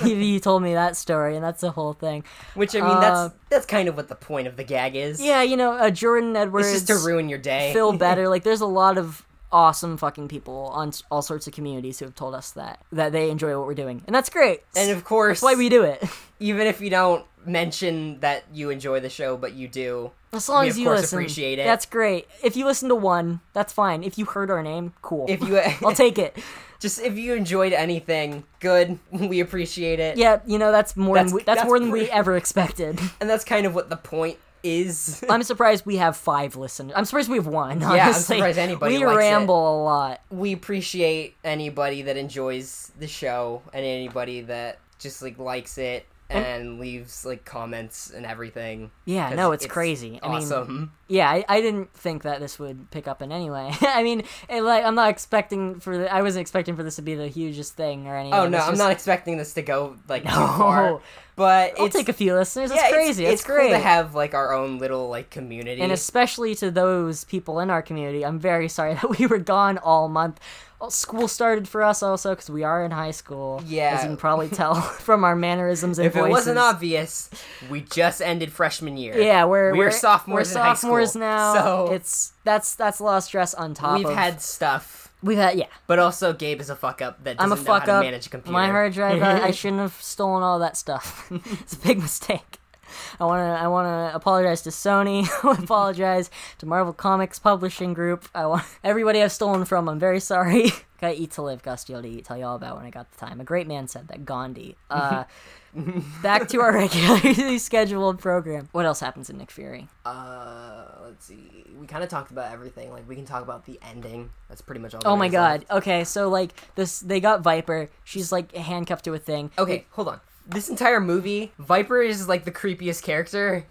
Speaker 1: [laughs] he, he told me that story and that's the whole thing.
Speaker 2: Which I mean,
Speaker 1: Uh,
Speaker 2: that's that's kind of what the point of the gag is.
Speaker 1: Yeah, you know uh, Jordan Edwards
Speaker 2: it's just to ruin your day. [laughs]
Speaker 1: feel better. Like there's a lot of awesome fucking people on s- all sorts of communities who have told us that that they enjoy what we're doing, and that's great.
Speaker 2: and of course,
Speaker 1: that's why we do
Speaker 2: [laughs]
Speaker 1: it.
Speaker 2: even if you don't mention that you enjoy the show, but you do.
Speaker 1: As long
Speaker 2: We,
Speaker 1: as
Speaker 2: of
Speaker 1: you
Speaker 2: course,
Speaker 1: listen,
Speaker 2: appreciate it.
Speaker 1: That's great. If you listen to one, that's fine. If you heard our name, cool.
Speaker 2: If you-
Speaker 1: [laughs]
Speaker 2: [laughs]
Speaker 1: I'll take it.
Speaker 2: Just if you enjoyed anything, good. [laughs] We appreciate it.
Speaker 1: Yeah, you know that's more
Speaker 2: That's-
Speaker 1: than we, that's,
Speaker 2: that's
Speaker 1: more than we
Speaker 2: great.
Speaker 1: ever
Speaker 2: [laughs]
Speaker 1: expected.
Speaker 2: and that's kind of what the point
Speaker 1: [laughs]
Speaker 2: is.
Speaker 1: I'm surprised we have five listeners. I'm surprised we have one.
Speaker 2: I'm
Speaker 1: honestly.
Speaker 2: surprised anybody
Speaker 1: We
Speaker 2: likes it.
Speaker 1: ramble a lot.
Speaker 2: we appreciate anybody that enjoys the show and anybody that just like likes it and leaves like comments and everything.
Speaker 1: Yeah,
Speaker 2: 'Cause
Speaker 1: no, it's crazy. I mean,
Speaker 2: Awesome.
Speaker 1: yeah, I, I didn't think that this would pick up in any way. [laughs] I mean, it, like I'm not expecting for the, I wasn't expecting for this to be the hugest thing or anything.
Speaker 2: oh no,
Speaker 1: It's
Speaker 2: I'm
Speaker 1: just-
Speaker 2: not expecting this to go like too
Speaker 1: [laughs] No.
Speaker 2: far. But
Speaker 1: I'll
Speaker 2: it's
Speaker 1: take a few listeners.
Speaker 2: yeah,
Speaker 1: it's crazy.
Speaker 2: It's,
Speaker 1: It's,
Speaker 2: cool
Speaker 1: great.
Speaker 2: to have like our own little like community.
Speaker 1: and especially to those people in our community, I'm very sorry [laughs] that we were gone all month. Well, School started for us also because we are in high school. as
Speaker 2: Yeah.
Speaker 1: you can
Speaker 2: [laughs]
Speaker 1: probably tell [laughs] from our mannerisms and
Speaker 2: if it wasn't
Speaker 1: voices.
Speaker 2: obvious, we just ended freshman year.
Speaker 1: Yeah, we're
Speaker 2: we're, sophomores.
Speaker 1: We're
Speaker 2: in high
Speaker 1: sophomores
Speaker 2: school,
Speaker 1: now.
Speaker 2: So
Speaker 1: it's that's that's a lot of stress on top.
Speaker 2: we've
Speaker 1: of-
Speaker 2: had stuff.
Speaker 1: we've had yeah.
Speaker 2: But also, Gabe is a fuck up that doesn't
Speaker 1: I'm a
Speaker 2: know how
Speaker 1: fuck
Speaker 2: to
Speaker 1: up.
Speaker 2: manage a computer.
Speaker 1: My hard drive.
Speaker 2: [laughs]
Speaker 1: I, I shouldn't have stolen all that stuff. [laughs] it's a big mistake. I want to. I want to apologize to Sony. [laughs] I want to apologize to Marvel Comics Publishing Group. I want everybody I've stolen from. I'm very sorry. [laughs] Gotta eat to live. Got to eat. Tell you all about when I got the time. A great man said that. Gandhi.
Speaker 2: [laughs]
Speaker 1: Uh, back to our regularly [laughs] scheduled program. What else happens in Nick Fury?
Speaker 2: Uh, let's see. We kind of talked about everything. Like we can talk about the ending. That's pretty much all.
Speaker 1: Oh
Speaker 2: there
Speaker 1: my
Speaker 2: is
Speaker 1: God.
Speaker 2: left.
Speaker 1: Okay, so like this, they got Viper. She's like handcuffed to a thing.
Speaker 2: Okay, hold on. This entire movie, Viper is like the creepiest character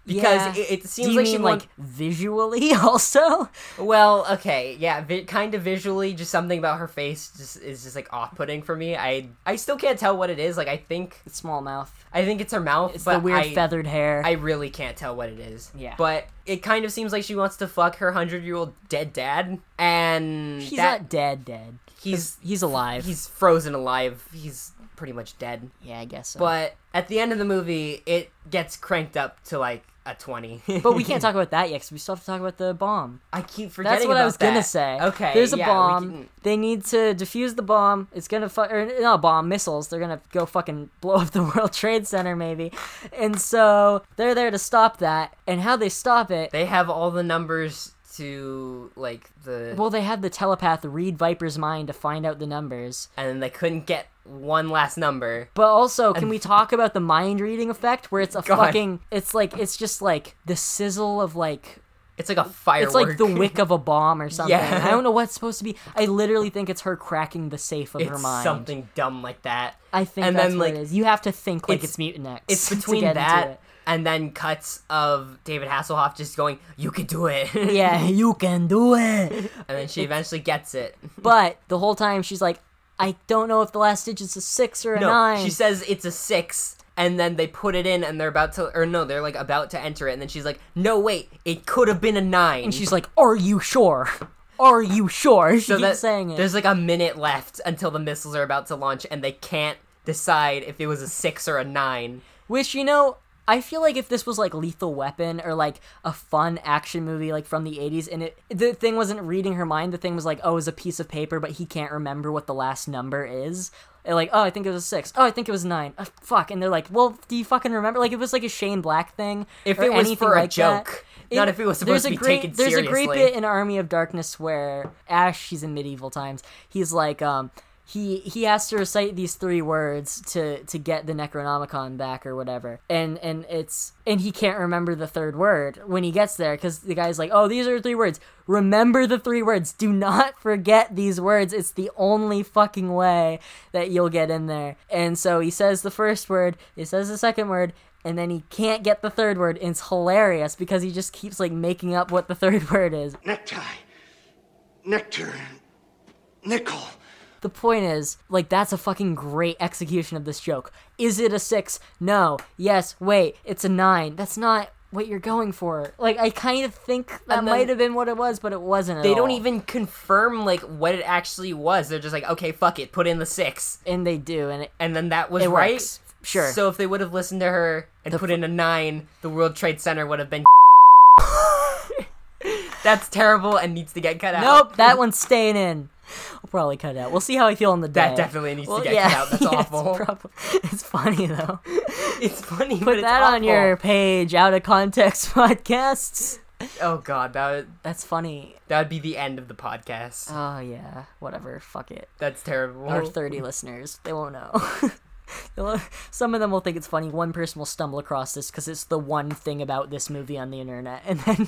Speaker 1: Yeah.
Speaker 2: because it, it
Speaker 1: Do
Speaker 2: seems
Speaker 1: you
Speaker 2: like
Speaker 1: mean,
Speaker 2: she
Speaker 1: like
Speaker 2: like.
Speaker 1: visually [laughs] also?
Speaker 2: Well, okay, yeah, vi- kind of visually, just something about her face just is just like off-putting for me. I I still can't tell what it is. Like I think
Speaker 1: It's small mouth.
Speaker 2: I think it's her mouth,
Speaker 1: It's
Speaker 2: but
Speaker 1: the weird
Speaker 2: I,
Speaker 1: feathered hair.
Speaker 2: I really can't tell what it is.
Speaker 1: Yeah.
Speaker 2: But it kind of seems like she wants to fuck her hundred-year-old dead dad, and
Speaker 1: he's
Speaker 2: that
Speaker 1: not dead, dead.
Speaker 2: he's
Speaker 1: He's alive.
Speaker 2: he's frozen alive. He's pretty much dead.
Speaker 1: yeah, I guess so.
Speaker 2: But at the end of the movie, it gets cranked up to like a twenty.
Speaker 1: but we can't talk about that yet because we still have to talk about the bomb.
Speaker 2: [laughs] I keep
Speaker 1: That's
Speaker 2: forgetting.
Speaker 1: what I
Speaker 2: about
Speaker 1: was gonna
Speaker 2: that.
Speaker 1: say.
Speaker 2: Okay,
Speaker 1: there's a
Speaker 2: yeah, we
Speaker 1: bomb.
Speaker 2: can-
Speaker 1: They need to defuse the bomb. It's gonna fu- or not a bomb missiles. They're gonna go fucking [laughs] blow up the World Trade Center maybe, and so they're there to stop that. And how they stop it?
Speaker 2: They have all the numbers to like the
Speaker 1: well, they had the telepath read Viper's mind to find out the numbers.
Speaker 2: and they couldn't get one last number.
Speaker 1: But also, can we talk about the mind reading effect where it's a
Speaker 2: God.
Speaker 1: fucking it's like it's just like the sizzle of like
Speaker 2: It's like a firework.
Speaker 1: it's like the wick of a bomb or something.
Speaker 2: Yeah.
Speaker 1: I don't know what's supposed to be. I literally think it's her cracking the safe of her
Speaker 2: [laughs] It's
Speaker 1: mind.
Speaker 2: something dumb like that.
Speaker 1: I think
Speaker 2: and
Speaker 1: that's
Speaker 2: then
Speaker 1: what
Speaker 2: like
Speaker 1: it is. You have to think like
Speaker 2: it's-
Speaker 1: it's, Mutant X.
Speaker 2: it's
Speaker 1: to
Speaker 2: between
Speaker 1: get into
Speaker 2: that and then cuts of David Hasselhoff just going, "You can do it,"
Speaker 1: it.
Speaker 2: [laughs]
Speaker 1: Yeah, you can do it.
Speaker 2: and then she eventually gets it.
Speaker 1: But the whole time she's like, I don't know if the last digit's a six or a
Speaker 2: No,
Speaker 1: nine.
Speaker 2: she says it's a six, and then they put it in, and they're about to, or no, they're like about to enter it, and then she's like, "No, wait, it could have been a nine.
Speaker 1: and she's like, "Are you sure? Are you sure?" She
Speaker 2: so
Speaker 1: keeps
Speaker 2: that-
Speaker 1: saying it.
Speaker 2: There's like a minute left until the missiles are about to launch, and they can't decide if it was a six or a nine.
Speaker 1: Which you know, I feel like if this was like Lethal Weapon or like a fun action movie like from the 80s and it the thing wasn't reading her mind, the thing was like, "Oh, it's a piece of paper, but he can't remember what the last number is." And, Like, oh, I think it was a six. Oh, I think it was nine. Uh, fuck. And they're like, well, do you fucking remember? Like, it was like a Shane Black thing.
Speaker 2: If
Speaker 1: or
Speaker 2: it was
Speaker 1: anything
Speaker 2: for a
Speaker 1: like that.
Speaker 2: joke, not if it was
Speaker 1: there's
Speaker 2: supposed to
Speaker 1: a
Speaker 2: be
Speaker 1: great,
Speaker 2: taken
Speaker 1: There's a great
Speaker 2: seriously.
Speaker 1: bit in Army of Darkness where Ash, he's in medieval times, he's like, um, he he has to recite these three words to to get the Necronomicon back or whatever, and and it's and he can't remember the third word when he gets there because the guy's like, oh, these are three words. Remember the three words. Do not [laughs] forget these words. It's the only fucking way that you'll get in there. And so he says the first word, he says the second word, and then he can't get the third word. And it's hilarious because he just keeps like making up what the [laughs] third word is.
Speaker 8: Necktie. Nectar. Nickel.
Speaker 1: The point is, like, that's a fucking great execution of this joke. Is it a six? No. Yes. Wait. It's a nine. That's not what you're going for. Like, I kind of think that
Speaker 2: And then-
Speaker 1: might have been what it was, but it wasn't. At
Speaker 2: They don't
Speaker 1: all.
Speaker 2: even confirm like what it actually was. They're just like, "Okay, fuck it, put in the six.
Speaker 1: And they do, and it,
Speaker 2: and then that was
Speaker 1: It
Speaker 2: right.
Speaker 1: works. Sure.
Speaker 2: So if they would have listened to her and put in a nine, the World Trade Center would
Speaker 1: [laughs]
Speaker 2: have been. That's terrible and needs to get cut out.
Speaker 1: nope, [laughs] that one's staying in. I'll probably cut it out. We'll see how I feel on the day.
Speaker 2: That definitely needs
Speaker 1: Well,
Speaker 2: to get
Speaker 1: yeah,
Speaker 2: cut out. That's
Speaker 1: [laughs] yeah, it's
Speaker 2: awful. It's,
Speaker 1: prob- it's funny though.
Speaker 2: funny, [laughs] but
Speaker 1: Put
Speaker 2: it's
Speaker 1: that on
Speaker 2: awful.
Speaker 1: your page, out of context [laughs] podcasts.
Speaker 2: Oh god, that would,
Speaker 1: That's funny.
Speaker 2: that would be the end of the podcast.
Speaker 1: Oh yeah, whatever. Fuck it.
Speaker 2: That's terrible.
Speaker 1: Our thirty listeners, they won't know. [laughs] They'll- Some of them will think it's funny. One person will stumble across this because it's the one thing about this movie on the internet. [laughs] And then,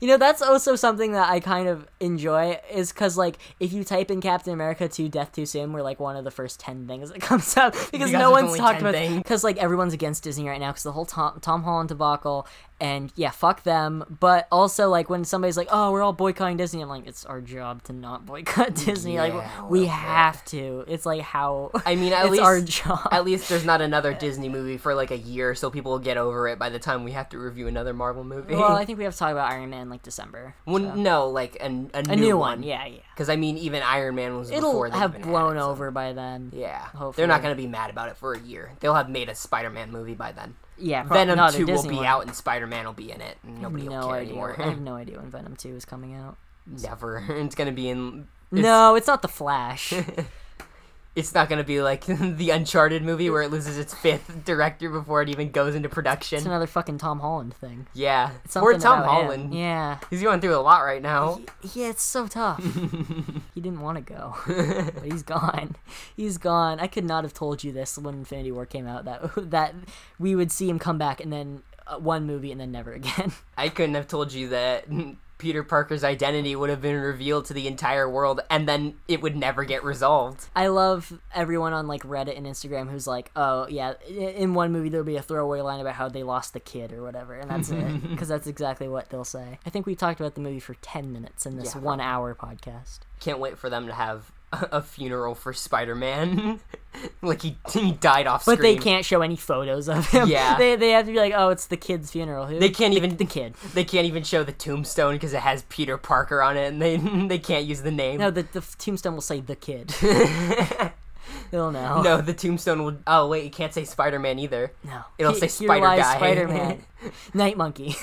Speaker 1: you know, that's also something that I kind of enjoy is because, like, if you type in Captain America 2 Death to Sim, we're like one of the first 10 things that [laughs] comes up because
Speaker 2: Because
Speaker 1: no
Speaker 2: it's
Speaker 1: one's
Speaker 2: only
Speaker 1: talked
Speaker 2: 10
Speaker 1: about
Speaker 2: things.
Speaker 1: because like everyone's against Disney right now because the whole Tom Tom Holland debacle and yeah, fuck them. But also like when somebody's like, oh, we're all boycotting Disney, I'm like, it's our job to not boycott [laughs] Disney.
Speaker 2: Yeah,
Speaker 1: like we have to. It's like how
Speaker 2: I mean, at
Speaker 1: [laughs] it's
Speaker 2: least
Speaker 1: our job.
Speaker 2: At least there's not another Disney movie for like a year, so people will get over it by the time we have to review another Marvel
Speaker 1: [laughs]
Speaker 2: movie.
Speaker 1: well, I think we have to talk about Iron Man like December.
Speaker 2: Well, no, like an, a,
Speaker 1: A new, one. yeah, yeah.
Speaker 2: Because I mean, even Iron Man was
Speaker 1: It'll
Speaker 2: before they
Speaker 1: have
Speaker 2: even had
Speaker 1: blown
Speaker 2: it, so-
Speaker 1: over by then.
Speaker 2: Yeah,
Speaker 1: Hopefully.
Speaker 2: they're not gonna be mad about it for a year. They'll have made a Spider-Man movie by then.
Speaker 1: yeah. prob-
Speaker 2: Venom
Speaker 1: not a
Speaker 2: Two will
Speaker 1: Disney
Speaker 2: be
Speaker 1: one.
Speaker 2: out, and Spider-Man will be in it. and Nobody will
Speaker 1: No
Speaker 2: care
Speaker 1: idea. I have [laughs]
Speaker 2: anymore. [laughs]
Speaker 1: no idea when Venom Two is coming out.
Speaker 2: Never. [laughs] It's gonna be in. It's,
Speaker 1: No, it's not the
Speaker 2: [laughs]
Speaker 1: Flash.
Speaker 2: it's not gonna be like [laughs] the Uncharted movie where it loses its fifth [laughs] director before it even goes into
Speaker 1: it's
Speaker 2: production.
Speaker 1: another fucking Tom Holland thing.
Speaker 2: Yeah,
Speaker 1: It's
Speaker 2: poor
Speaker 1: something
Speaker 2: Tom
Speaker 1: about him.
Speaker 2: Holland.
Speaker 1: Yeah.
Speaker 2: He's going through a lot right now.
Speaker 1: Yeah, it's so
Speaker 2: [laughs]
Speaker 1: tough. he didn't want to go, but he's gone. He's gone. I could not have told you this when Infinity War came out that [laughs] that we would see him come back and then uh, one movie and then never [laughs] again.
Speaker 2: I couldn't have told you that [laughs] Peter Parker's identity would have been revealed to the entire world, and then it would never get resolved.
Speaker 1: I love everyone on like Reddit and Instagram who's like, "Oh yeah, i- in one movie there'll be a throwaway line about how they lost the kid or whatever," and that's it
Speaker 2: [laughs]
Speaker 1: because that's exactly what they'll say. I think we talked about the movie for ten minutes in this
Speaker 2: Yeah.
Speaker 1: one hour podcast.
Speaker 2: Can't wait for them to have [laughs] a a funeral for Spider-Man. [laughs] like he, he died off screen.
Speaker 1: But they can't show any photos
Speaker 2: [laughs]
Speaker 1: of him.
Speaker 2: Yeah.
Speaker 1: they they have to be like, "Oh, it's the kid's funeral." Who?
Speaker 2: They can't even
Speaker 1: the kid.
Speaker 2: They can't even show the tombstone because it has Peter Parker on it, and they [laughs] they can't use the name. [laughs]
Speaker 1: No, the, the f- tombstone will say the kid. [laughs] They'll know.
Speaker 2: No, the tombstone will. Oh wait, you can't say Spider-Man either.
Speaker 1: No.
Speaker 2: It'll
Speaker 1: He-
Speaker 2: say
Speaker 1: here
Speaker 2: Spider
Speaker 1: lies
Speaker 2: Guy. [laughs]
Speaker 1: Spider-Man. Night monkey.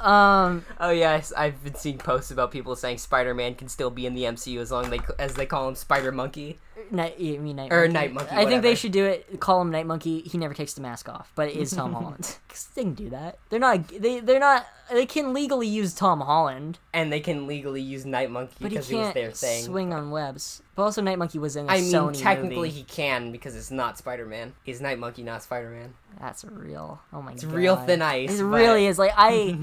Speaker 2: Oh yes, I've been seeing posts about people saying Spider-Man can still be in the MCU as long they, as they call him Spider Monkey.
Speaker 1: Night, you mean night
Speaker 2: Or
Speaker 1: monkey.
Speaker 2: Night Monkey,
Speaker 1: I think they
Speaker 2: whatever.
Speaker 1: should do it. Call him night monkey. He never takes the mask off, but it is
Speaker 2: [laughs]
Speaker 1: Tom Holland. [laughs] 'Cause they can do that. They're not. They they're not. They can legally use Tom Holland,
Speaker 2: And they can legally use Night Monkey
Speaker 1: but he
Speaker 2: because he, was
Speaker 1: can't
Speaker 2: their thing.
Speaker 1: swing on webs. But also, Night Monkey was in a
Speaker 2: I mean,
Speaker 1: Sony
Speaker 2: technically
Speaker 1: movie.
Speaker 2: he can because it's not Spider-Man. He's Night Monkey, not Spider-Man.
Speaker 1: That's real. Oh my god.
Speaker 2: real thin ice,
Speaker 1: It
Speaker 2: but- [laughs]
Speaker 1: really is. Like I,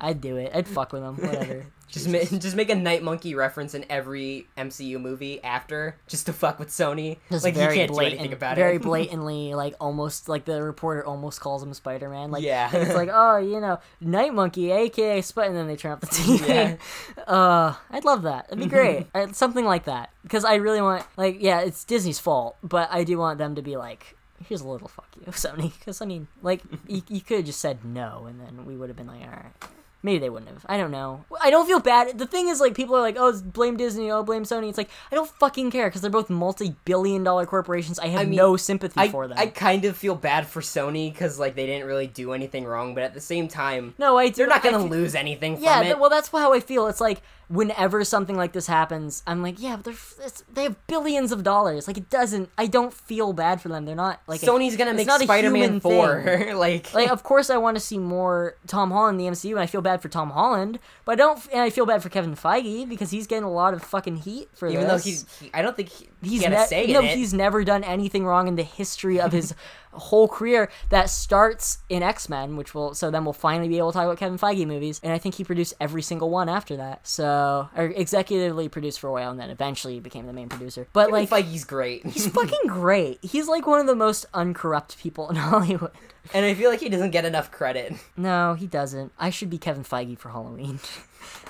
Speaker 1: I'd do it. I'd fuck with him. Whatever.
Speaker 2: Just ma- [laughs] just make a Night Monkey reference in every MCU movie after, just to fuck with Sony.
Speaker 1: Just
Speaker 2: like
Speaker 1: very
Speaker 2: you can't
Speaker 1: blatant,
Speaker 2: do anything about [laughs]
Speaker 1: very
Speaker 2: it.
Speaker 1: blatantly, like almost like the reporter almost calls him Spider Man. Like
Speaker 2: Yeah.
Speaker 1: it's like oh you know Night Monkey, aka Spider, and then they turn off the TV.
Speaker 2: Yeah.
Speaker 1: [laughs] Uh, I'd love that. It'd be
Speaker 2: [laughs]
Speaker 1: great. I, something like that because I really want like yeah, it's Disney's fault, but I do want them to be like. Here's a little fuck you, [laughs] Sony. Because I mean, like, you, you could have just said no, and then we would have been like, all right. Maybe they wouldn't have. I don't know. I don't feel bad. The thing is, like, people are like, "Oh, it's blame Disney. Oh, blame Sony." It's like I don't fucking care because they're both multi-billion-dollar corporations. I have
Speaker 2: mean,
Speaker 1: no sympathy
Speaker 2: [laughs] I,
Speaker 1: for them.
Speaker 2: I kind of feel bad for Sony because like they didn't really do anything wrong, but at the same time,
Speaker 1: no, I.
Speaker 2: they're not
Speaker 1: I
Speaker 2: gonna
Speaker 1: feel-
Speaker 2: lose anything
Speaker 1: Yeah.
Speaker 2: from it.
Speaker 1: th- well, that's how I feel. It's like whenever something like this happens, I'm like, yeah, but they're f- it's, they have billions of dollars. Like it doesn't. I don't feel bad for them. They're not like a-
Speaker 2: Sony's gonna
Speaker 1: it's
Speaker 2: make
Speaker 1: not a
Speaker 2: Spider-Man
Speaker 1: human
Speaker 2: [laughs]
Speaker 1: thing.
Speaker 2: four. like,
Speaker 1: like of course I want to see more Tom Holland in the MCU, and I feel bad for Tom Holland, but I don't, and I feel bad for Kevin Feige because he's getting a lot of fucking heat for
Speaker 2: even though
Speaker 1: this.
Speaker 2: he's, he, I don't think he,
Speaker 1: he's
Speaker 2: he's gonna
Speaker 1: ne-
Speaker 2: say
Speaker 1: no,
Speaker 2: in it.
Speaker 1: he's never done anything wrong in the history of
Speaker 2: [laughs]
Speaker 1: his whole career that starts in X-Men, which will so then we'll finally be able to talk about Kevin Feige movies, and I think he produced every single one after that. So, or executively produced for a while and then eventually became the main producer. But
Speaker 2: like,
Speaker 1: like
Speaker 2: Feige's great,
Speaker 1: he's fucking great. He's like one of the most uncorrupt people in [laughs] Hollywood.
Speaker 2: [laughs] and I feel like he doesn't get enough credit. [laughs]
Speaker 1: No, he doesn't. I should be Kevin Feige for Halloween. [laughs]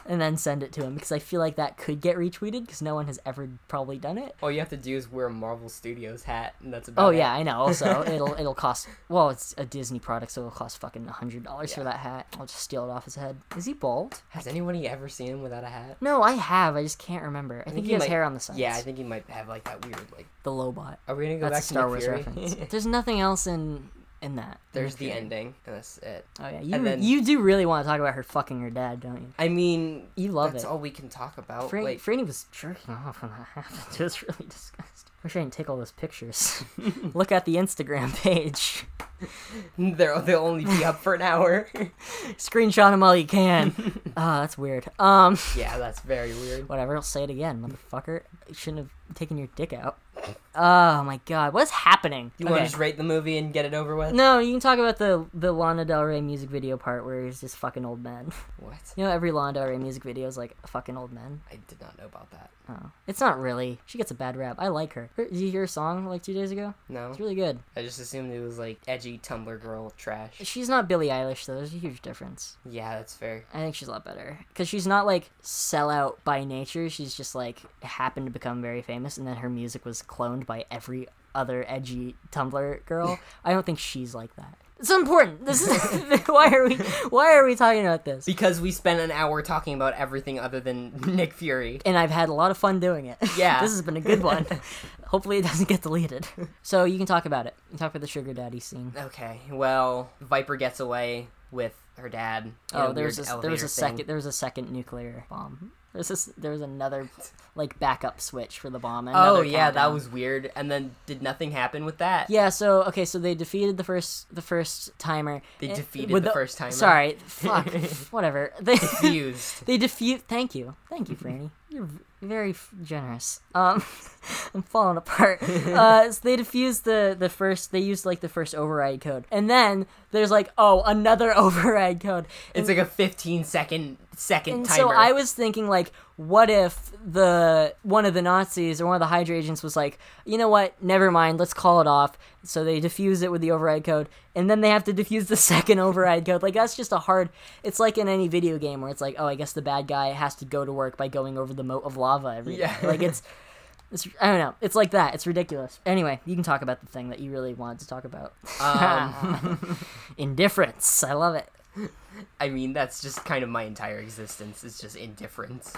Speaker 1: And then send it to him because I feel like that could get retweeted because no one has ever probably done it.
Speaker 2: All you have to do is wear a Marvel Studios hat, and that's about
Speaker 1: Oh
Speaker 2: it.
Speaker 1: yeah, I know.
Speaker 2: [laughs]
Speaker 1: Also, it'll it'll cost. Well, it's a Disney product, so it'll cost fucking hundred dollars for that hat. I'll just steal it off his head. Is he bald?
Speaker 2: Has anybody ever seen him without a hat?
Speaker 1: No, I have. I just can't remember. I, think, he, has
Speaker 2: might-
Speaker 1: hair on the sides.
Speaker 2: Yeah, I think he might have like that weird like.
Speaker 1: the Lobot.
Speaker 2: Are we gonna go
Speaker 1: That's
Speaker 2: back
Speaker 1: a Star
Speaker 2: to
Speaker 1: Wars
Speaker 2: Nick Fury? [laughs]
Speaker 1: reference. There's nothing else in in that.
Speaker 2: There's the ending. And that's it.
Speaker 1: Oh yeah, you
Speaker 2: And then-
Speaker 1: you do really want to talk about her fucking her dad, don't you?
Speaker 2: I mean,
Speaker 1: You love
Speaker 2: that's
Speaker 1: it.
Speaker 2: all we can talk about.
Speaker 1: Fran-
Speaker 2: like,
Speaker 1: Franny was jerking off when that happened. [laughs] It was really disgusting. Wish I didn't take all those
Speaker 2: [laughs]
Speaker 1: pictures. Look at the Instagram page. [laughs]
Speaker 2: they're, [laughs] they'll only be up for an hour. [laughs]
Speaker 1: Screenshot them all you can. Ah, that's weird. Um.
Speaker 2: yeah, that's very weird.
Speaker 1: Whatever, I'll say it again, motherfucker. You shouldn't have taken your dick out. Oh my god, what's happening?
Speaker 2: You
Speaker 1: Okay.
Speaker 2: want to just rate the movie and get it over with?
Speaker 1: No, you can talk about the the Lana Del Rey music video part where he's just fucking old men. [laughs]
Speaker 2: What?
Speaker 1: You know, every Lana Del Rey music video is like fucking old men.
Speaker 2: I did not know about that.
Speaker 1: Oh, it's not really. She gets a bad rap. I like her. her did you hear her song like two days ago?
Speaker 2: No,
Speaker 1: It's really good.
Speaker 2: I just assumed it was like edgy Tumblr girl
Speaker 1: [laughs]
Speaker 2: trash.
Speaker 1: She's not Billie Eilish though. There's a huge difference.
Speaker 2: Yeah, that's fair.
Speaker 1: I think she's a lot better because she's not like sellout by nature. She's just like happened to become very famous, and then her music was cloned by every other edgy Tumblr
Speaker 2: [laughs]
Speaker 1: girl. I don't think she's like that. It's important. This is [laughs] why are we why are we talking about this?
Speaker 2: Because we spent an hour talking about everything other than [laughs] Nick Fury.
Speaker 1: and I've had a lot of fun doing it. [laughs]
Speaker 2: Yeah.
Speaker 1: this has been a good
Speaker 2: [laughs]
Speaker 1: one. Hopefully, it doesn't get deleted. So you can talk about it. You can talk about the sugar daddy scene.
Speaker 2: Okay, well, Viper gets away with her dad. in
Speaker 1: Oh, there was
Speaker 2: weird
Speaker 1: a, there was
Speaker 2: elevator
Speaker 1: a
Speaker 2: thing.
Speaker 1: second there was a second nuclear bomb. There's this, there was
Speaker 2: [laughs]
Speaker 1: another like backup switch for the bomb. and
Speaker 2: Oh
Speaker 1: another
Speaker 2: yeah, that
Speaker 1: countdown.
Speaker 2: was weird. And then did nothing happen with that? [laughs]
Speaker 1: Yeah, so okay, so they defeated the first the first timer.
Speaker 2: They
Speaker 1: Eh,
Speaker 2: defeated
Speaker 1: with
Speaker 2: the first timer.
Speaker 1: Sorry,
Speaker 2: [laughs]
Speaker 1: fuck, whatever. [laughs] They
Speaker 2: Confused.
Speaker 1: they defeat. Thank you, thank you, Franny. You're v- very f- generous. Um, [laughs] I'm falling
Speaker 2: [laughs]
Speaker 1: apart. Uh, so they defused the the first. They used like the first override code, and then there's like oh another [laughs] override code.
Speaker 2: It's like a 15 second second
Speaker 1: And
Speaker 2: timer.
Speaker 1: so I was thinking, like, what if the one of the Nazis or one of the Hydra agents was like, you know what, never mind, let's call it off. So they defuse it with the override code, and then they have to defuse the [laughs] second override code. Like that's just a hard. It's like in any video game where it's like, oh, I guess the bad guy has to go to work by going over the moat of lava every day.
Speaker 2: Yeah.
Speaker 1: Like it's. It's, I don't know. It's like that. It's ridiculous. Anyway, you can talk about the thing that you really wanted to talk about. [laughs] Indifference. I love it.
Speaker 2: I mean, that's just kind of my entire existence. It's just indifference.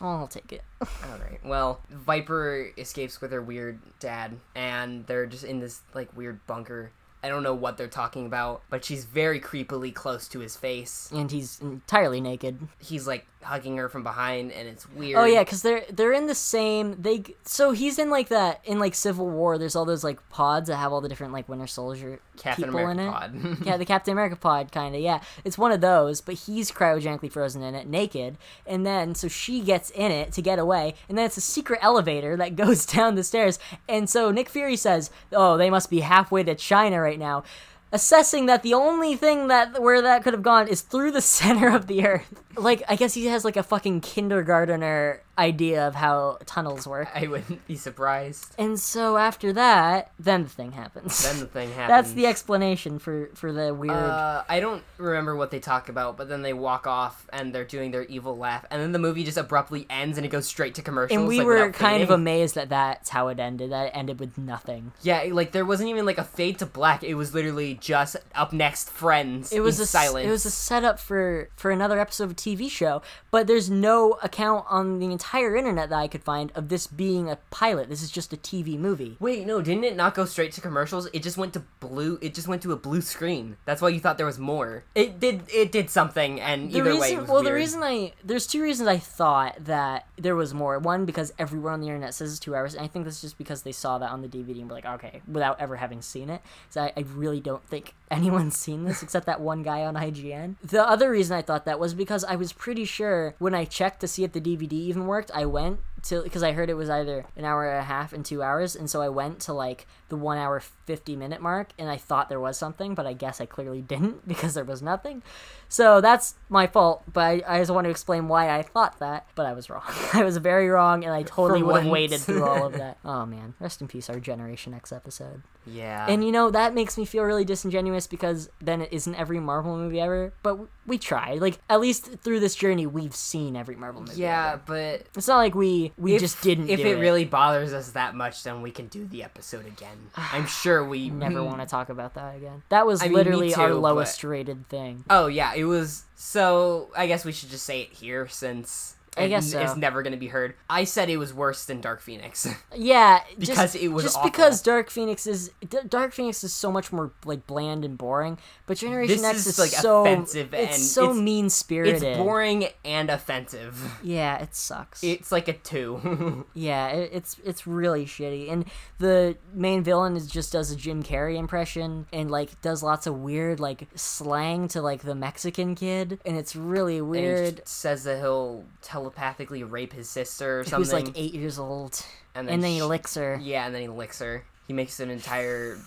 Speaker 1: I'll take it.
Speaker 2: All right. Well, Viper escapes with her weird dad, and they're just in this like weird bunker. I don't know what they're talking about, but she's very creepily close to his face.
Speaker 1: And he's entirely naked.
Speaker 2: He's like hugging her from behind, and it's weird.
Speaker 1: Oh yeah, because they're they're in the same. They so he's in like that in like Civil War. There's all those like pods that have all the different like Winter Soldier
Speaker 2: Captain
Speaker 1: people
Speaker 2: America
Speaker 1: in it.
Speaker 2: pod. [laughs]
Speaker 1: yeah, the Captain America pod kind of. Yeah, it's one of those, but he's cryogenically frozen in it, naked, and then so she gets in it to get away, and then it's a secret elevator that [laughs] goes down the stairs, and so Nick Fury says, "Oh, they must be halfway to China right now." assessing that the only thing that where that could have gone is through the [laughs] center of the earth. Like I guess he has like a fucking kindergartner idea of how tunnels work.
Speaker 2: I wouldn't
Speaker 1: [laughs]
Speaker 2: be surprised.
Speaker 1: And so after that, then the thing happens.
Speaker 2: Then the thing
Speaker 1: [laughs]
Speaker 2: happens.
Speaker 1: That's the explanation for for the weird.
Speaker 2: Uh, I don't remember what they talk about, but then they walk off and they're doing their evil laugh, and then the movie just abruptly ends and it goes straight to commercials.
Speaker 1: and we
Speaker 2: like,
Speaker 1: were
Speaker 2: without
Speaker 1: kind of
Speaker 2: fading.
Speaker 1: amazed that that's how it ended. That it ended with nothing.
Speaker 2: yeah, like there wasn't even like a fade to black. It was literally just up next friends.
Speaker 1: It was
Speaker 2: in
Speaker 1: a
Speaker 2: silence.
Speaker 1: It was a setup for for another episode of a TV show, but there's no account on the entire internet that I could find of this being a pilot. This is just a TV movie.
Speaker 2: Wait, no, didn't it not go straight to commercials? It just went to blue. It just went to a blue screen. That's why you thought there was more. It did. It did something, and
Speaker 1: The
Speaker 2: either
Speaker 1: reason,
Speaker 2: way, it was
Speaker 1: well, the
Speaker 2: weird.
Speaker 1: reason I there's two reasons I thought that there was more. One because everywhere on the internet says it's two hours, and I think that's just because they saw that on the DVD and were like, okay, without ever having seen it. So I, I really don't think [laughs] anyone's seen this except that one guy on IGN. The other reason I thought that was because I was pretty sure when I checked to see if the DVD even worked, I went to because I heard it was either an hour and a half and two hours, and so I went to like the one hour fifty minute mark, and I thought there was something, but I guess I clearly [laughs] didn't because there was nothing. So that's my fault, but I, I just want to explain why I thought that, but I was wrong. [laughs] I was very wrong, and I totally would have
Speaker 2: once.
Speaker 1: waited through all of that. Oh man, rest in peace, our Generation X episode.
Speaker 2: yeah,
Speaker 1: And you know that makes me feel really disingenuous because then it isn't every Marvel movie ever, but w- we tried. Like at least through this journey, we've seen every Marvel movie.
Speaker 2: yeah,
Speaker 1: ever.
Speaker 2: but
Speaker 1: it's not like we we
Speaker 2: if-
Speaker 1: just didn't.
Speaker 2: If
Speaker 1: do
Speaker 2: it, really bothers us that much, then we can do the
Speaker 1: [sighs]
Speaker 2: episode again. I'm sure we
Speaker 1: never want to talk about that again. That was
Speaker 2: I mean, me
Speaker 1: literally our
Speaker 2: too, but-
Speaker 1: lowest rated thing.
Speaker 2: Oh yeah, it was. So I guess we should just say it here since
Speaker 1: I
Speaker 2: it-
Speaker 1: guess so.
Speaker 2: it's never gonna be heard. I said it was worse than Dark Phoenix. [laughs]
Speaker 1: Yeah,
Speaker 2: Because
Speaker 1: just,
Speaker 2: it was
Speaker 1: just
Speaker 2: awful.
Speaker 1: because Dark Phoenix is D- Dark Phoenix is so much more like bland and boring, but Generation
Speaker 2: This
Speaker 1: X
Speaker 2: is,
Speaker 1: is,
Speaker 2: like,
Speaker 1: so
Speaker 2: offensive
Speaker 1: it's
Speaker 2: and
Speaker 1: so
Speaker 2: it's-
Speaker 1: mean
Speaker 2: it's
Speaker 1: spirited.
Speaker 2: boring
Speaker 1: [laughs]
Speaker 2: and offensive.
Speaker 1: Yeah, it sucks.
Speaker 2: It's like a two. [laughs]
Speaker 1: yeah, it, it's it's really shitty, and the main villain is just does a Jim Carrey impression and like does lots of weird like slang to like the Mexican kid, and it's really
Speaker 2: And he
Speaker 1: weird.
Speaker 2: just says that he'll telepathically rape his sister or something.
Speaker 1: Who's like eight years old, and
Speaker 2: And then
Speaker 1: then,
Speaker 2: sh-
Speaker 1: he licks her.
Speaker 2: Yeah, and then he licks her. He makes an
Speaker 1: [sighs]
Speaker 2: entire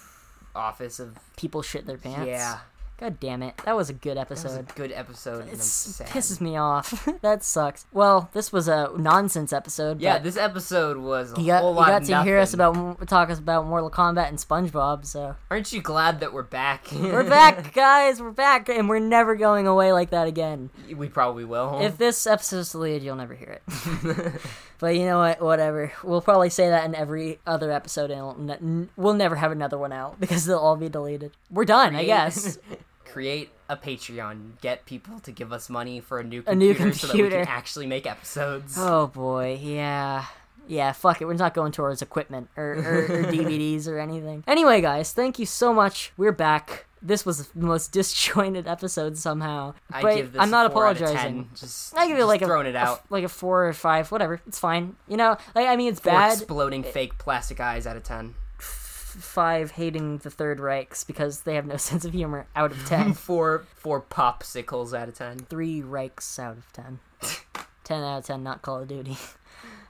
Speaker 2: office of.
Speaker 1: People shit their pants.
Speaker 2: Yeah.
Speaker 1: God damn it! That was a good
Speaker 2: That was a
Speaker 1: episode.
Speaker 2: good episode. and I'm
Speaker 1: It
Speaker 2: sad.
Speaker 1: pisses me off. [laughs] that sucks. Well, this was a nonsense episode.
Speaker 2: Yeah,
Speaker 1: but
Speaker 2: this episode was a
Speaker 1: you got,
Speaker 2: whole
Speaker 1: you
Speaker 2: lot
Speaker 1: got
Speaker 2: of
Speaker 1: to hear us
Speaker 2: nothing.
Speaker 1: about m- talk us about Mortal Kombat and SpongeBob. So
Speaker 2: Aren't you glad that we're back? [laughs]
Speaker 1: we're back, guys. We're back, and we're never going away like that again.
Speaker 2: we probably will.
Speaker 1: If this episode's deleted, you'll never hear it.
Speaker 2: [laughs]
Speaker 1: but you know what? Whatever. We'll probably say that in every other episode, and it'll n- n- we'll never have another one out because they'll all be deleted. We're done, I
Speaker 2: [laughs]
Speaker 1: guess.
Speaker 2: Create a Patreon. Get people to give us money for a new computer,
Speaker 1: A new
Speaker 2: so that we can
Speaker 1: computer.
Speaker 2: [laughs] actually make episodes.
Speaker 1: Oh boy, yeah. Yeah, fuck it. We're not going towards equipment or, or,
Speaker 2: [laughs]
Speaker 1: or DVDs or anything. Anyway, guys, thank you so much. We're back. This was the most [laughs] disjointed episode somehow.
Speaker 2: I
Speaker 1: but
Speaker 2: give this
Speaker 1: I'm not
Speaker 2: a four out of
Speaker 1: apologizing.
Speaker 2: 10. Just,
Speaker 1: I give it
Speaker 2: just
Speaker 1: like a,
Speaker 2: throwing it
Speaker 1: a f-
Speaker 2: out.
Speaker 1: like a four or five, whatever. It's fine. You know, like I mean, it's
Speaker 2: Four
Speaker 1: bad.
Speaker 2: exploding fake plastic eyes out of ten.
Speaker 1: Five hating the Third Reichs because they have no [laughs] sense of humor. Out of
Speaker 2: [laughs]
Speaker 1: ten,
Speaker 2: Four four popsicles out of ten.
Speaker 1: three Reichs out of ten.
Speaker 2: [laughs]
Speaker 1: ten out of ten, not Call of Duty. [laughs]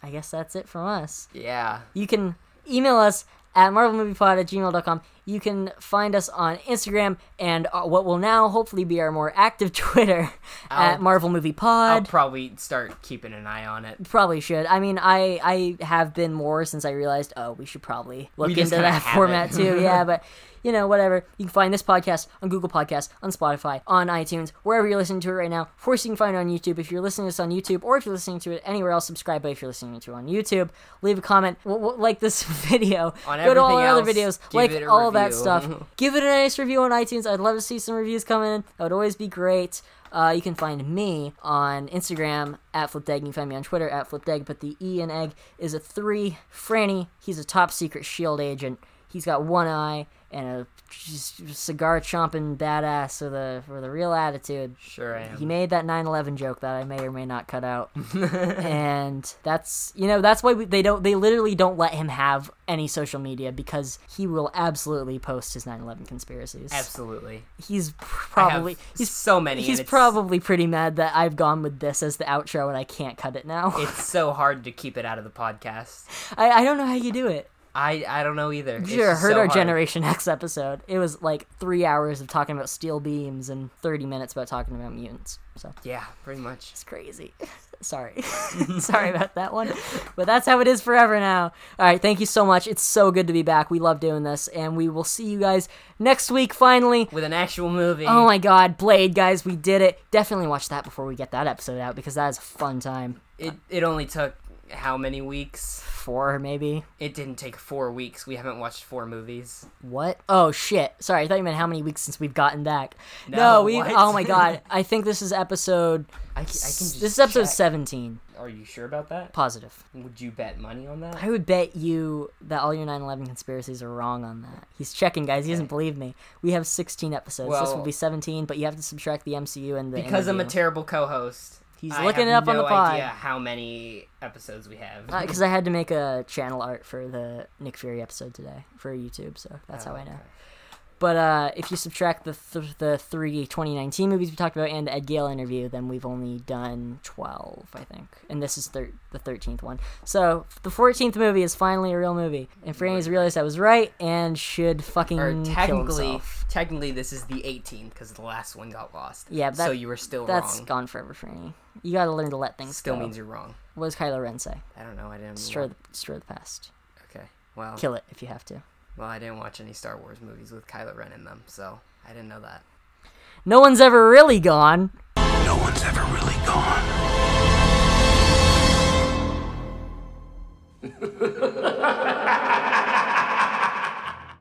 Speaker 1: I guess that's it from us.
Speaker 2: Yeah.
Speaker 1: You can email us at marvelmoviepod at gmail.com. You can find us on Instagram and uh, what will now hopefully be our more active [laughs] Twitter at Marvel Movie
Speaker 2: I'll
Speaker 1: Pod.
Speaker 2: probably start keeping an eye on it.
Speaker 1: Probably should. I mean, I I have been more since I realized, oh, we should probably look
Speaker 2: We
Speaker 1: into
Speaker 2: just kinda
Speaker 1: that
Speaker 2: have
Speaker 1: format
Speaker 2: it. [laughs]
Speaker 1: too. Yeah, but you know, whatever. You can find this podcast on Google Podcasts, on Spotify, on iTunes, wherever you're listening to it right now. Of course, you can find it on YouTube if you're listening to this on YouTube, or if you're listening to it anywhere else. Subscribe, but if you're listening to it on YouTube, leave a comment, w- w- like this [laughs] video,
Speaker 2: On
Speaker 1: go to all
Speaker 2: everything
Speaker 1: our other
Speaker 2: else,
Speaker 1: videos,
Speaker 2: give
Speaker 1: like
Speaker 2: it a
Speaker 1: all that
Speaker 2: review. [laughs]
Speaker 1: stuff. [laughs] give it a nice review on iTunes. I'd love to see some reviews come in. That would always be great. Uh, you can find me on Instagram at FlipDeg. You can find me on Twitter at FlipDeg. But the E and egg is a three. Franny, he's a top secret shield agent. He's got one eye and a cigar chomping badass with a with a real attitude.
Speaker 2: Sure I am.
Speaker 1: He made that 9/11 joke that I may or may not cut out, [laughs] and that's you know that's why we, they don't they literally don't let him have any social media because he will absolutely post his 9/11 conspiracies.
Speaker 2: Absolutely.
Speaker 1: He's probably
Speaker 2: he's
Speaker 1: he's
Speaker 2: so many.
Speaker 1: he's
Speaker 2: and it's,
Speaker 1: probably pretty mad that I've gone with this as the [laughs] outro and I can't cut it now.
Speaker 2: It's so hard to keep it out of the podcast.
Speaker 1: I I don't know how you do it.
Speaker 2: I I don't know either.
Speaker 1: You should have heard our Generation [laughs] X episode. It was like three hours of talking about steel beams and 30 minutes about talking about mutants. So
Speaker 2: Yeah, pretty much.
Speaker 1: it's
Speaker 2: [laughs]
Speaker 1: crazy. Sorry. [laughs] Sorry about that one. But that's how it is forever now. All right. Thank you so much. It's so good to be back. We love doing this. And we will see you guys next week finally.
Speaker 2: With an actual movie.
Speaker 1: Oh my god, Blade, guys, we did it. Definitely watch that before we get that episode out because that is a fun time.
Speaker 2: It it only took how many weeks?
Speaker 1: Four, maybe.
Speaker 2: It didn't take four weeks. We haven't watched four movies.
Speaker 1: What? Oh shit! Sorry, I thought you meant how many weeks since we've gotten back. No,
Speaker 2: No,
Speaker 1: we.
Speaker 2: what?
Speaker 1: Oh my
Speaker 2: [laughs]
Speaker 1: god! I think this is episode.
Speaker 2: I, ca- I can just
Speaker 1: This is episode
Speaker 2: check.
Speaker 1: seventeen.
Speaker 2: Are you sure about that?
Speaker 1: Positive.
Speaker 2: Would you bet money on that?
Speaker 1: I would bet you that all your 9/11 conspiracies are wrong on that. He's checking, guys. He doesn't believe me. We have sixteen episodes. this
Speaker 2: Well-
Speaker 1: will be seventeen, but you have to subtract the MCU and the
Speaker 2: Because I'm a
Speaker 1: interview.
Speaker 2: terrible co-host.
Speaker 1: He's
Speaker 2: I
Speaker 1: looking
Speaker 2: have
Speaker 1: it up on
Speaker 2: no
Speaker 1: the pod.
Speaker 2: idea how many episodes we have.
Speaker 1: because Uh, I had to make a channel art for the Nick Fury episode today for YouTube, so that's
Speaker 2: Oh,
Speaker 1: how I know. But uh, if you subtract the th- the three 2019 movies we talked about and the Ed Gale interview, then we've only done 12, I think, and this is thir- the 13th one. So the 14th movie is finally a real movie, and Franny's realized I was right and should fucking
Speaker 2: or
Speaker 1: kill
Speaker 2: technically,
Speaker 1: himself.
Speaker 2: technically this is the 18th because the last one got lost.
Speaker 1: Yeah, but
Speaker 2: so
Speaker 1: that-
Speaker 2: you were still
Speaker 1: That's
Speaker 2: wrong.
Speaker 1: gone forever, Franny. You gotta learn to let things
Speaker 2: Still
Speaker 1: go.
Speaker 2: means you're wrong.
Speaker 1: what does Kylo Ren say?
Speaker 2: I don't know. I didn't.
Speaker 1: Destroy
Speaker 2: Wa-
Speaker 1: the, destroy the past.
Speaker 2: okay. Well,
Speaker 1: Kill it if you have to.
Speaker 2: well, I didn't watch any Star Wars movies with Kylo Ren in them, so I didn't know that.
Speaker 1: No one's ever really gone.
Speaker 5: No one's ever really gone.